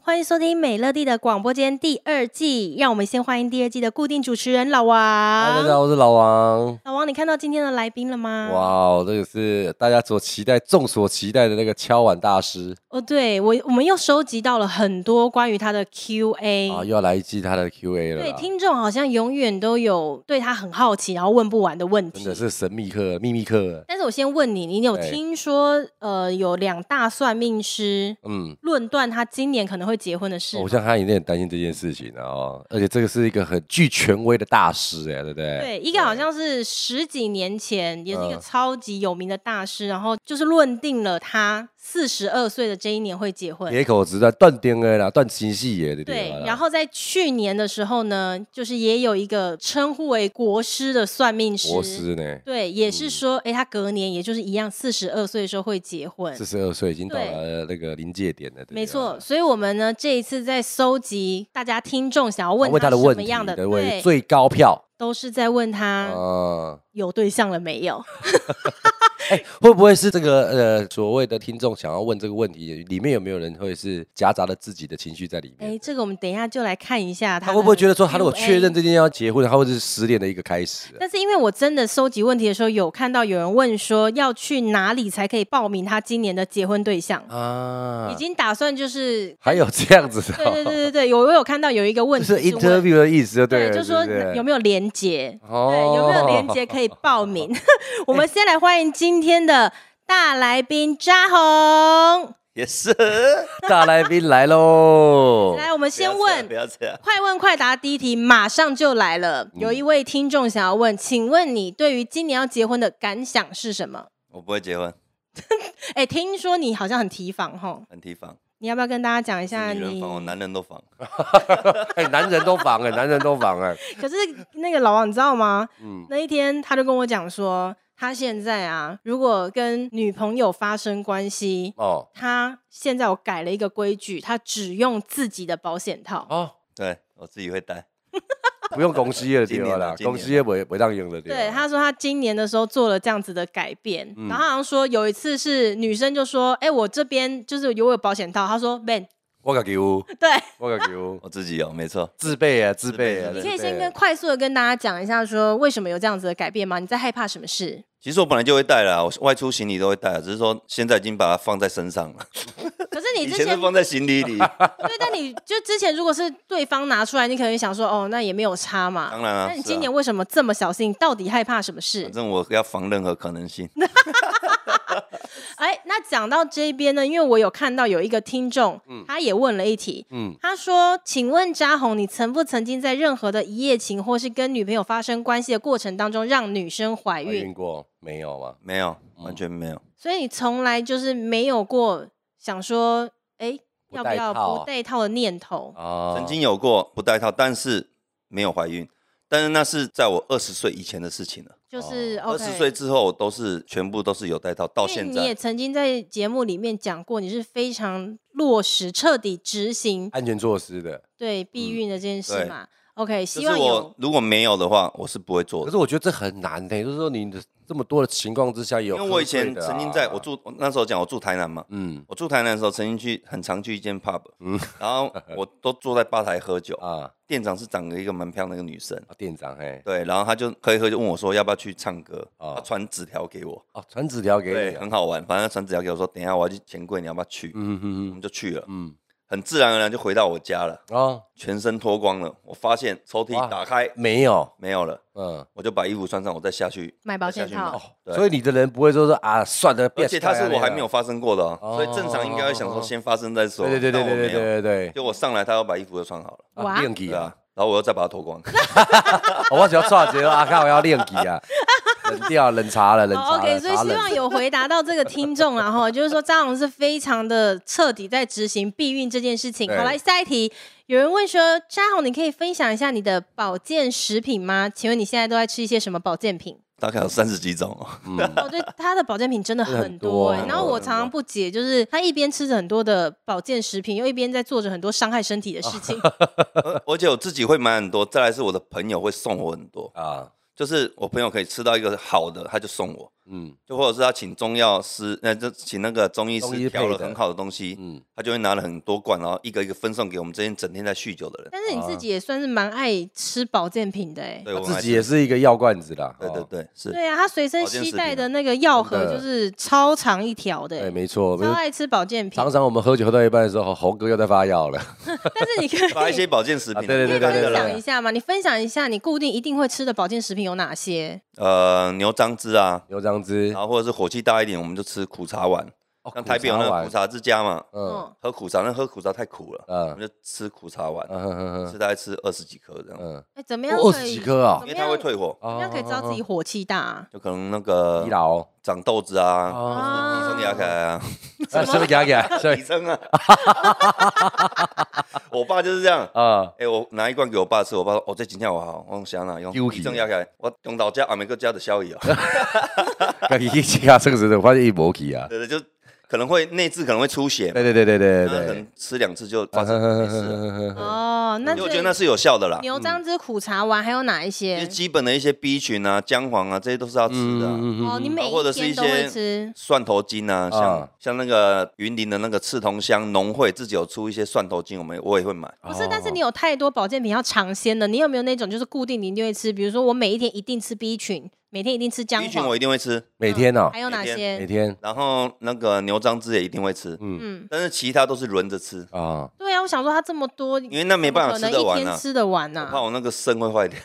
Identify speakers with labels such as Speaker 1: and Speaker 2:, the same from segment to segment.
Speaker 1: 欢迎收听美乐蒂的广播间第二季，让我们先欢迎第二季的固定主持人老
Speaker 2: 嗨，
Speaker 1: 王
Speaker 2: 大家。好，我是老王。
Speaker 1: 老王，你看到今天的来宾了吗？
Speaker 2: 哇哦，这个是大家所期待、众所期待的那个敲碗大师
Speaker 1: 哦，对我，我们又收集到了很多关于他的 Q&A。
Speaker 2: 啊，又要来一季他的 Q&A 了
Speaker 1: 哎对，
Speaker 2: 啦。
Speaker 1: 听众好像永远都有对他很好奇，然后问不完的问
Speaker 2: 真
Speaker 1: 题
Speaker 2: 的。是哎神秘客、秘密客。
Speaker 1: 但是我先问你，你有
Speaker 2: 对
Speaker 1: 听说呃有两大算命师
Speaker 2: 嗯，
Speaker 1: 论断他今年可能会结婚的事吗？
Speaker 2: 哦我像他有点担心这件事情啊、哦，而且这个是一个很具权威的大师，哎，对不对？
Speaker 1: 对，一个好像是十几年前，也是一个
Speaker 2: 嗯
Speaker 1: 超级有名的大师，然后就是论定了他四十二岁的这一年会结婚。
Speaker 2: 铁口直断，断钉的啦，断心系也对
Speaker 1: 对，
Speaker 2: 吧啦
Speaker 1: 然后在去年的时候呢，就是也有一个称呼为国师的算命师，
Speaker 2: 国师嗯呢，
Speaker 1: 对，也是说，哎、他隔年也就是一样，四十二岁的时候会结婚。
Speaker 2: 四十二岁已经到
Speaker 1: 对
Speaker 2: 了那个临界点了，对不对
Speaker 1: 没错，。所以我们呢这一次在搜集大家听众想要问
Speaker 2: 啊问他的
Speaker 1: 什
Speaker 2: 问
Speaker 1: 么
Speaker 2: 题
Speaker 1: 样的，
Speaker 2: 对不对
Speaker 1: 对，嗯
Speaker 2: 最高票
Speaker 1: 都是在问他
Speaker 2: 啊，
Speaker 1: 有对象了没有。
Speaker 2: 哎，会不会是这个呃所谓的听众想要问这个问题，里面有没有人会是夹杂了自己的情绪在里面？
Speaker 1: 哎，这个我们等一下就来看一下
Speaker 2: 他会不会觉得说，他如果
Speaker 1: Q&A
Speaker 2: 确认？这件要结婚，他会是失恋的一个开始？
Speaker 1: 但是因为我真的收集问题的时候，有看到有人问说要去哪里才可以报名他今年的结婚对象，
Speaker 2: 啊
Speaker 1: 已，经打算 就是
Speaker 2: 还有这样子的
Speaker 1: 对
Speaker 2: 哦、
Speaker 1: 对对对对，有我有看到有一个问
Speaker 2: 就
Speaker 1: 题
Speaker 2: 是
Speaker 1: 问
Speaker 2: interview 的意思就
Speaker 1: 对，
Speaker 2: 对了，
Speaker 1: 就说有没有连结，对，
Speaker 2: 有哦
Speaker 1: 有没有连结可以报 名？我们先来欢迎今天的大来宾扎
Speaker 2: 哦
Speaker 1: 红，
Speaker 3: 也是。
Speaker 2: 大来宾来喽！
Speaker 1: 来，我们先
Speaker 3: 不要这样
Speaker 1: 问
Speaker 3: 不。要这样。
Speaker 1: 快问快答第一题马上就来了，有一位听众想要问，请问你对于今年要结婚的感想是什么？
Speaker 3: 我不会结婚，
Speaker 1: 哎、听说你好像很提防吼，
Speaker 3: 很提防，
Speaker 1: 你要不要跟大家讲一下
Speaker 3: 是女
Speaker 1: 你
Speaker 3: 人？防，我男人都防。
Speaker 2: 哎、男人都防哎、男人都防哎、
Speaker 1: 可是那个老王，你知道吗？
Speaker 2: 嗯，
Speaker 1: 那一天他就跟我讲说，他现在啊，如果跟女朋友发生关系，
Speaker 2: 哦，
Speaker 1: 他现在我改了一个规矩，他只用自己的保险套。
Speaker 2: 哦，
Speaker 3: 对我自己会带，
Speaker 2: 不用公司业的地
Speaker 3: 今
Speaker 2: 方
Speaker 3: 年
Speaker 2: 啦
Speaker 3: 啊，今
Speaker 2: 公
Speaker 3: 年
Speaker 2: 司业不不让用的地方。
Speaker 1: 对，他说他今年的时候做了这样子的改变，
Speaker 2: 嗯
Speaker 1: 然后好像说有一次是女生就说：“哎、我这边就是有我有保险套。”他说：“Ben，
Speaker 2: 我敢丢，
Speaker 1: 对，
Speaker 2: 我敢 丢，
Speaker 3: 我自己有，没错。
Speaker 2: 自备啊，自
Speaker 3: 自备
Speaker 2: 备啊。
Speaker 3: 自
Speaker 1: 你
Speaker 3: 备
Speaker 1: 可以
Speaker 2: 自备
Speaker 1: 先
Speaker 2: 啊
Speaker 1: 跟快速的跟大家讲一下，说为什么有这样子的改变吗？你在害怕什么 事？
Speaker 3: 其实我本来就会带啦，我外出行李都会带啊，只是说现在已经把它放在身上了。
Speaker 1: 可是你
Speaker 3: 以
Speaker 1: 之
Speaker 3: 前
Speaker 1: 前
Speaker 3: 是放在行 李里，
Speaker 1: 对，但你就之前如果是对方拿出来，你可能会想说哦，那也没有差嘛。
Speaker 3: 当然啊
Speaker 1: 那你
Speaker 3: 是啊嗯
Speaker 1: 今年为什么这么小心？到底害怕什么事
Speaker 3: 反？正我要防任何可能性。
Speaker 1: 哎，那讲到这边呢，因为我有看到有一个听众，
Speaker 3: 嗯
Speaker 1: 他也问了一题。
Speaker 2: 嗯，
Speaker 1: 他说：“请问扎红，你曾不曾经在任何的一夜情或是跟女朋友发生关系的过程当中让女生怀
Speaker 2: 怀
Speaker 1: 孕？
Speaker 2: 孕过没有啊吗？
Speaker 3: 没有，
Speaker 1: 嗯
Speaker 3: 完全没有。
Speaker 1: 所以你从来就是没有过想说，哎，
Speaker 2: 不
Speaker 1: 要不
Speaker 2: 戴
Speaker 1: 要
Speaker 2: 套
Speaker 3: 啊
Speaker 1: 不戴套的念头？
Speaker 3: 哦
Speaker 2: 啊，
Speaker 3: 曾经有过不带套，但是没有怀孕。但是那是在我二十岁以前的事情了。
Speaker 1: 就是
Speaker 3: 二
Speaker 1: OK
Speaker 3: 十岁之后，我都是全部都是有带套，到
Speaker 1: 因为
Speaker 3: 现
Speaker 1: 你也
Speaker 3: 在
Speaker 1: 曾经在节目里面讲过，你是非常落实、彻底执行
Speaker 2: 安全措施的，
Speaker 1: 对避孕的这件事
Speaker 3: 啊嗯对
Speaker 1: 嘛。OK，
Speaker 3: 就
Speaker 1: 希
Speaker 3: 是
Speaker 1: 望
Speaker 3: 我
Speaker 1: 有
Speaker 3: 如果没有的话，我是不会做的
Speaker 2: 可。是我觉得这很难的、就是说你的这么多的情况之下也有
Speaker 3: 因
Speaker 2: 喝
Speaker 3: 为我以
Speaker 2: 醉
Speaker 3: 前
Speaker 2: 的啊
Speaker 3: 曾经在我住我那时候讲我住台南嘛，
Speaker 2: 嗯
Speaker 3: 我住台南的时候曾经去很常去一间 pub，然后我都坐在吧台喝酒，
Speaker 2: 啊
Speaker 3: 店长是长了一个蛮漂亮的一个女生，
Speaker 2: 啊店长嘿
Speaker 3: 对，然后她就喝一喝就问我说要不要去唱歌，
Speaker 2: 哦
Speaker 3: 她传纸条给我，
Speaker 2: 哦传纸条给你
Speaker 3: 对，
Speaker 2: 啊、
Speaker 3: 很好玩，反正她传纸条给我说等一下我要去钱柜，你要不要去？
Speaker 2: 嗯
Speaker 3: 我
Speaker 2: 嗯
Speaker 3: 们就去了，
Speaker 2: 嗯
Speaker 3: 很自然而然就回到我家了，
Speaker 2: 嗯啊
Speaker 3: 全身脱光了，我发现抽
Speaker 2: 哇
Speaker 3: 屉打开
Speaker 2: 没有
Speaker 3: 没有了，
Speaker 2: 嗯
Speaker 3: 我就把衣服穿上，我再下去
Speaker 1: 买保
Speaker 3: 再
Speaker 1: 险
Speaker 3: 下去买
Speaker 1: 套。
Speaker 2: 哦，
Speaker 3: 对
Speaker 2: 所以你的人不会说说啊算了，
Speaker 3: 而且它是我还没有
Speaker 2: 别
Speaker 3: 发生过的哦，
Speaker 2: 哦
Speaker 3: 所以正常应该会想说先发生再说。啊
Speaker 2: 对对对对
Speaker 3: 但我
Speaker 2: 对
Speaker 3: 没有
Speaker 2: 对对对
Speaker 3: 就我上来，他要把衣服都穿好了，
Speaker 2: 对
Speaker 1: 哇
Speaker 2: 啊练级
Speaker 3: 对
Speaker 2: 啊，
Speaker 3: 啊，然后我又再把它脱光。
Speaker 2: 哦我只要抓节啊看我要练级啊，冷掉冷茶了冷
Speaker 1: 哦
Speaker 2: 茶了，
Speaker 1: ，OK，所以
Speaker 2: 茶
Speaker 1: 希
Speaker 2: 冷
Speaker 1: 望有回答到这个听众然后就是说张红是非常的彻底在执行避孕这件事情。
Speaker 2: 对
Speaker 1: 好，来下一题，有人问说，张红，你可以分享一下你的保健食品吗？请问你现在都在吃一些什么保健 品？
Speaker 3: 大概有三十几种 哦，
Speaker 1: 哦，对，他的保健品真的很
Speaker 2: 很
Speaker 1: 多
Speaker 2: 多
Speaker 1: 哎、
Speaker 2: 很
Speaker 1: 然后
Speaker 2: 多
Speaker 1: 我
Speaker 2: 很
Speaker 1: 常常不解，就是他一边吃着很多的保健食品，又一边在做着很多伤害身体的事情。
Speaker 2: 哦
Speaker 3: 而而且我自己会买很多，再来是我的朋友会送我很多，
Speaker 2: 啊
Speaker 3: 就是我朋友可以吃到一个好的，他就送我，
Speaker 2: 嗯
Speaker 3: 就或者是他请中药师，呃，就请那个中医
Speaker 2: 中
Speaker 3: 师
Speaker 2: 医
Speaker 3: 调
Speaker 2: 配
Speaker 3: 了
Speaker 2: 的
Speaker 3: 很好的东西，
Speaker 2: 嗯，
Speaker 3: 他就会拿了很多罐，然后一个一个分送给我们这些整天在酗酒的人。
Speaker 1: 但是你
Speaker 2: 哦
Speaker 1: 自己也算是蛮爱吃保健品的哎、
Speaker 3: 对，
Speaker 2: 他
Speaker 3: 我
Speaker 2: 自
Speaker 3: 还
Speaker 2: 己也，是一个药罐子啦，
Speaker 3: 对对
Speaker 2: 哦
Speaker 3: 对，是。
Speaker 1: 对啊，他随身
Speaker 3: 保健
Speaker 1: 携
Speaker 3: 食
Speaker 1: 带
Speaker 3: 品
Speaker 1: 的那个药盒
Speaker 2: 啊真的
Speaker 1: 就是超长一条的、
Speaker 2: 对，
Speaker 1: 欸，
Speaker 2: 哎没错，
Speaker 1: 超爱吃保健品
Speaker 2: 常。常我们喝酒喝到一半的时候，猴哥又在发药了，
Speaker 1: 但是你可以
Speaker 3: 把一些保健食品啊，
Speaker 2: 啊对对对对对
Speaker 1: 分
Speaker 2: 对
Speaker 1: 享一下嘛，你分享一下你固定一定会吃的保健食品有哪些？
Speaker 3: 呃，牛樟汁啊，
Speaker 2: 牛樟汁
Speaker 3: 然，后或者是火气大一点，我们就吃苦茶丸。
Speaker 2: 哦
Speaker 3: 像台北有那个苦，茶之家嘛，
Speaker 2: 嗯
Speaker 1: 嗯，
Speaker 3: 喝苦茶，那喝苦茶太苦了，我
Speaker 2: 嗯
Speaker 3: 们就吃苦茶丸，
Speaker 2: 嗯嗯
Speaker 3: 吃大概吃二十几颗这样，
Speaker 2: 嗯
Speaker 1: 哎，怎么样
Speaker 2: 嗯，二
Speaker 1: 可
Speaker 2: 十
Speaker 1: 以
Speaker 2: 几？颗啊
Speaker 1: 怎
Speaker 3: 因
Speaker 1: 么
Speaker 3: 为它会退火，
Speaker 1: 怎么样可以哦知道自己火气大啊？
Speaker 3: 就可能那个
Speaker 2: 嗯哦疲劳
Speaker 3: 长痘子啊，
Speaker 2: 啊，
Speaker 3: 提升牙龈啊，
Speaker 2: 是不是牙 龈？
Speaker 3: 提
Speaker 2: 对
Speaker 3: 升啊。我爸就是这样，
Speaker 2: 啊，
Speaker 3: 哎，我拿一罐给我爸吃，我爸说，哦，这今天我好，我想哪用
Speaker 2: 丢弃
Speaker 3: 提升牙龈，我用老家阿美哥家的 效益啊，
Speaker 2: 跟你一起啊，这个时候我发现一模一啊，
Speaker 3: 对对，就可能会内痔可能会出血嘛，
Speaker 2: 对对对对对
Speaker 3: 那可
Speaker 2: 对嗯
Speaker 3: 能吃两次就发生没事了，
Speaker 2: 对，
Speaker 1: 哦，那
Speaker 2: 嗯
Speaker 3: 因为我觉得
Speaker 1: 这
Speaker 3: 那是有效的啦。
Speaker 1: 牛樟汁苦茶丸还有哪一
Speaker 3: 因为
Speaker 1: 些？
Speaker 3: 基本的一些 B 群啊、姜黄啊，这些都是要吃的啊、
Speaker 2: 嗯
Speaker 1: 哦，你每
Speaker 3: 或者是
Speaker 1: 天
Speaker 3: 一
Speaker 1: 都会
Speaker 3: 些
Speaker 1: 吃，
Speaker 3: 蒜头精啊，像、
Speaker 2: 啊
Speaker 3: 像那个云林的那个刺桐乡农会自己有出一些蒜头精，我们我也会买。
Speaker 2: 哦
Speaker 1: 不是？但是你有太多保健品要尝鲜的，你有没有那种就是固定你一定会吃？比如说我每一天一定吃 B 群，每天一定吃姜
Speaker 3: B 群我
Speaker 1: 黄，
Speaker 3: 一定会吃，
Speaker 2: 每天哦，
Speaker 1: 还有哪
Speaker 3: 每天
Speaker 2: 每
Speaker 1: 些？
Speaker 2: 天
Speaker 3: 然后那个牛樟汁也一定会吃，
Speaker 1: 嗯，
Speaker 3: 但是其他都是轮着吃，
Speaker 2: 啊，
Speaker 1: 对啊，我想说它这么多，
Speaker 3: 因为那没办法
Speaker 1: 可能一
Speaker 3: 吃得完
Speaker 1: 天
Speaker 3: 啊。
Speaker 1: 吃得完
Speaker 3: 我怕
Speaker 1: 呐。
Speaker 3: 我那个肾会坏掉，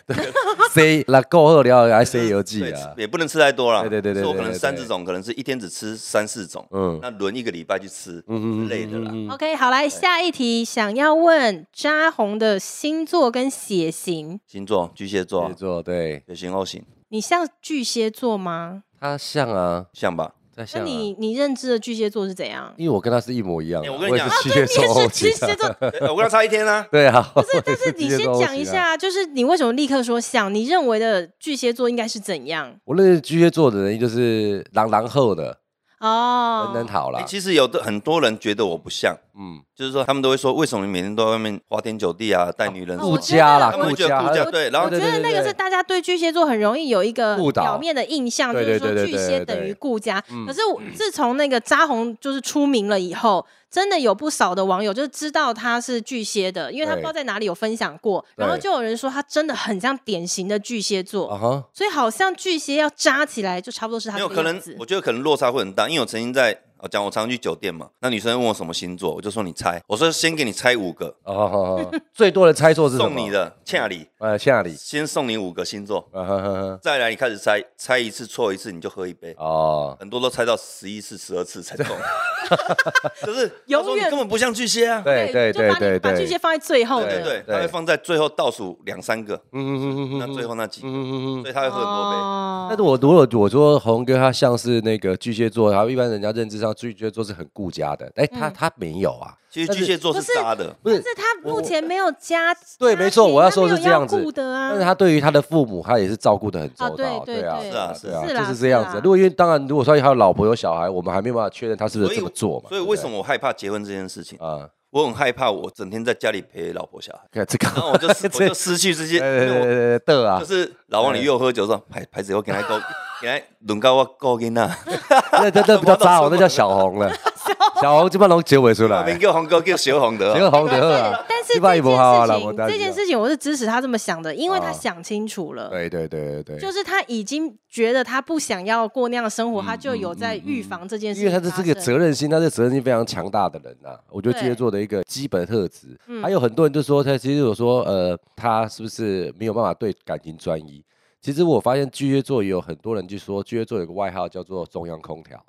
Speaker 2: C 那够喝了还 C 游记
Speaker 3: 对，
Speaker 2: 啊，
Speaker 3: 也不能吃太多了。
Speaker 2: 对对对对
Speaker 3: 所以我可
Speaker 2: 对
Speaker 3: 能
Speaker 2: 对
Speaker 3: 三
Speaker 2: 对
Speaker 3: 四种，可能是一天只吃三四种，
Speaker 2: 嗯
Speaker 3: 那轮一个礼拜去吃之类的啦。
Speaker 1: OK，好，来下一题，想要问扎红的星座跟血型，
Speaker 3: 星座巨蟹座
Speaker 2: 做
Speaker 3: 啊，
Speaker 2: 做对，
Speaker 3: 血型 O 型，
Speaker 1: 你像巨蟹座吗？
Speaker 2: 他像啊，
Speaker 3: 像吧？
Speaker 2: 他
Speaker 1: 那
Speaker 2: 像
Speaker 1: 你
Speaker 2: 啊。
Speaker 1: 你认知的巨蟹座是怎样？
Speaker 2: 因为我跟他是一模一样的，
Speaker 3: 哎我跟你讲
Speaker 2: 也是巨蟹
Speaker 1: 啊
Speaker 2: 座
Speaker 1: 你也
Speaker 2: 后
Speaker 1: 是巨
Speaker 2: 期
Speaker 1: 蟹 座，
Speaker 3: 对我跟他差一天啊。
Speaker 2: 对啊，不
Speaker 1: 不是，但是你先讲
Speaker 2: 啊
Speaker 1: 一。下，啊就是你为什么立刻说像？你认为的巨蟹座应该是怎样？
Speaker 2: 我认识巨蟹座的人就是狼狼后的，人人
Speaker 1: 哦，
Speaker 2: 好
Speaker 3: 欸
Speaker 2: 啦，
Speaker 3: 其实有的很多人觉得我不像，
Speaker 2: 嗯，
Speaker 3: 就是说他们都会说，为什么你每天都在外面花天酒地
Speaker 2: 哦
Speaker 3: 啊，带女人什
Speaker 1: 哦我
Speaker 2: 顾
Speaker 3: 么
Speaker 1: 觉
Speaker 3: 的？
Speaker 2: 家
Speaker 1: 得
Speaker 2: 啦，
Speaker 3: 他
Speaker 1: 我
Speaker 3: 们
Speaker 2: 顾
Speaker 3: 会觉得
Speaker 2: 家
Speaker 3: 顾，家
Speaker 2: 呃
Speaker 3: 对，然后
Speaker 1: 哦我觉得那个是大家对巨蟹座很容易有一个
Speaker 2: 误导
Speaker 1: 表面的印象，就
Speaker 2: 对
Speaker 1: 是
Speaker 2: 对
Speaker 1: 说
Speaker 2: 对对
Speaker 1: 巨蟹
Speaker 2: 对嗯
Speaker 1: 等于
Speaker 2: 对
Speaker 1: 顾家。可是我自从那个扎红就是出名了以后，真的有不少的网友就是知道他是巨蟹的，因为他不
Speaker 2: 对
Speaker 1: 知道在哪里有分享过，然后
Speaker 2: 对
Speaker 1: 就有人说他真的很像典型的巨蟹座。
Speaker 2: 啊哈，
Speaker 1: 所以好像巨蟹要扎起来，就差不多是他
Speaker 3: 没
Speaker 1: 这
Speaker 3: 有
Speaker 1: 个
Speaker 3: 可
Speaker 1: 样
Speaker 3: 能
Speaker 1: 子，
Speaker 3: 我觉得可能落差会很大，因为我曾经在。我讲我常去酒店嘛，那女生问我什么星座，我就说你猜，我说先给你猜五个，
Speaker 2: 啊哈哈 哈，最多的猜错是什么？
Speaker 3: 送你，的恰里，
Speaker 2: 呃，下里，
Speaker 3: 先送你五个星座，
Speaker 2: 啊哈哈哈，
Speaker 3: 再来你开始猜，猜一次错一次你就喝一杯，
Speaker 2: 哦，
Speaker 3: 很多都猜到十一次、十二次才中， 就是
Speaker 1: 永
Speaker 3: 他说
Speaker 1: 远
Speaker 3: 你根本不像巨蟹啊，
Speaker 2: 对对
Speaker 1: 就
Speaker 2: 对
Speaker 1: 把你
Speaker 2: 对
Speaker 1: 把巨蟹
Speaker 2: 对，
Speaker 1: 放在最后
Speaker 3: 对
Speaker 1: 的，
Speaker 3: 对，
Speaker 2: 对
Speaker 3: 他会放在最后倒数两三个，
Speaker 2: 嗯嗯嗯
Speaker 3: 那最后那几个，
Speaker 2: 嗯嗯嗯。
Speaker 3: 所以他会喝很多杯。
Speaker 2: 但
Speaker 1: 哦
Speaker 2: 是我如果我说红哥他像是那个巨蟹座，然后一般人家认知上巨蟹座是很顾家的，哎，
Speaker 1: 嗯
Speaker 2: 他他没有啊，
Speaker 3: 其实
Speaker 2: 但是
Speaker 3: 巨蟹座
Speaker 1: 不是
Speaker 3: 是渣的，
Speaker 2: 不
Speaker 1: 但，
Speaker 2: 是
Speaker 1: 是他目前没有家，
Speaker 2: 对，没错，
Speaker 1: 家庭
Speaker 2: 我要
Speaker 1: 他
Speaker 2: 说
Speaker 1: 没有
Speaker 2: 是这样
Speaker 1: 要顾
Speaker 2: 子
Speaker 1: 的啊
Speaker 2: 但是他对于他的父母，他也是照顾的很周
Speaker 1: 啊对
Speaker 2: 到，
Speaker 1: 对
Speaker 2: 啊，
Speaker 1: 对
Speaker 2: 对啊，
Speaker 3: 是
Speaker 2: 对
Speaker 1: 啊
Speaker 2: 啊，
Speaker 1: 是啦
Speaker 2: 就是
Speaker 1: 是
Speaker 2: 这样
Speaker 1: 啦
Speaker 2: 子。如果因为当然，如果说他有老婆有小孩，我们还没有办法确认他是不
Speaker 3: 所
Speaker 2: 是
Speaker 3: 以
Speaker 2: 这么做嘛。
Speaker 3: 所以
Speaker 2: 对不
Speaker 3: 为
Speaker 2: 对
Speaker 3: 什么我害怕结婚这件事情？
Speaker 2: 啊？
Speaker 3: 我很害怕我整天在家里陪老婆小孩，
Speaker 2: 看这个，
Speaker 3: 然后我就我就失去这 些，
Speaker 2: 对对对对对的
Speaker 3: 我
Speaker 2: 啊
Speaker 3: 就，是老王你约我喝酒说，牌牌子我给他勾， 给他轮到我勾给那，
Speaker 2: 那那那不叫渣红，那叫小红 了。小红基本上都结尾出
Speaker 3: 那
Speaker 2: 来
Speaker 3: 边，叫红哥叫小红
Speaker 2: 结
Speaker 3: 的，哦
Speaker 2: 个红的啊。
Speaker 1: 但是这
Speaker 2: 基
Speaker 1: 件
Speaker 2: 本上也
Speaker 1: 事
Speaker 2: 不好啊老婆
Speaker 1: 情
Speaker 2: 大家
Speaker 1: 这件事情我是支持他这么想的，因为他
Speaker 2: 啊
Speaker 1: 想清楚了。
Speaker 2: 对对对对
Speaker 1: 就
Speaker 2: 对，
Speaker 1: 是他已经觉得他不想要过那样的生
Speaker 2: 嗯
Speaker 1: 活，他就有在预防这件事
Speaker 2: 因
Speaker 1: 情发
Speaker 2: 为他
Speaker 1: 生。
Speaker 2: 是这个责任心，他是责任心非常强大的人呐。我觉得
Speaker 1: 对
Speaker 2: 巨蟹座的一个基本特质，还有很多人就说他其实有说呃，他是不是没有办法对感情专一？其实我发现巨蟹座也有很多人就说巨蟹座有个外号叫做中央空调。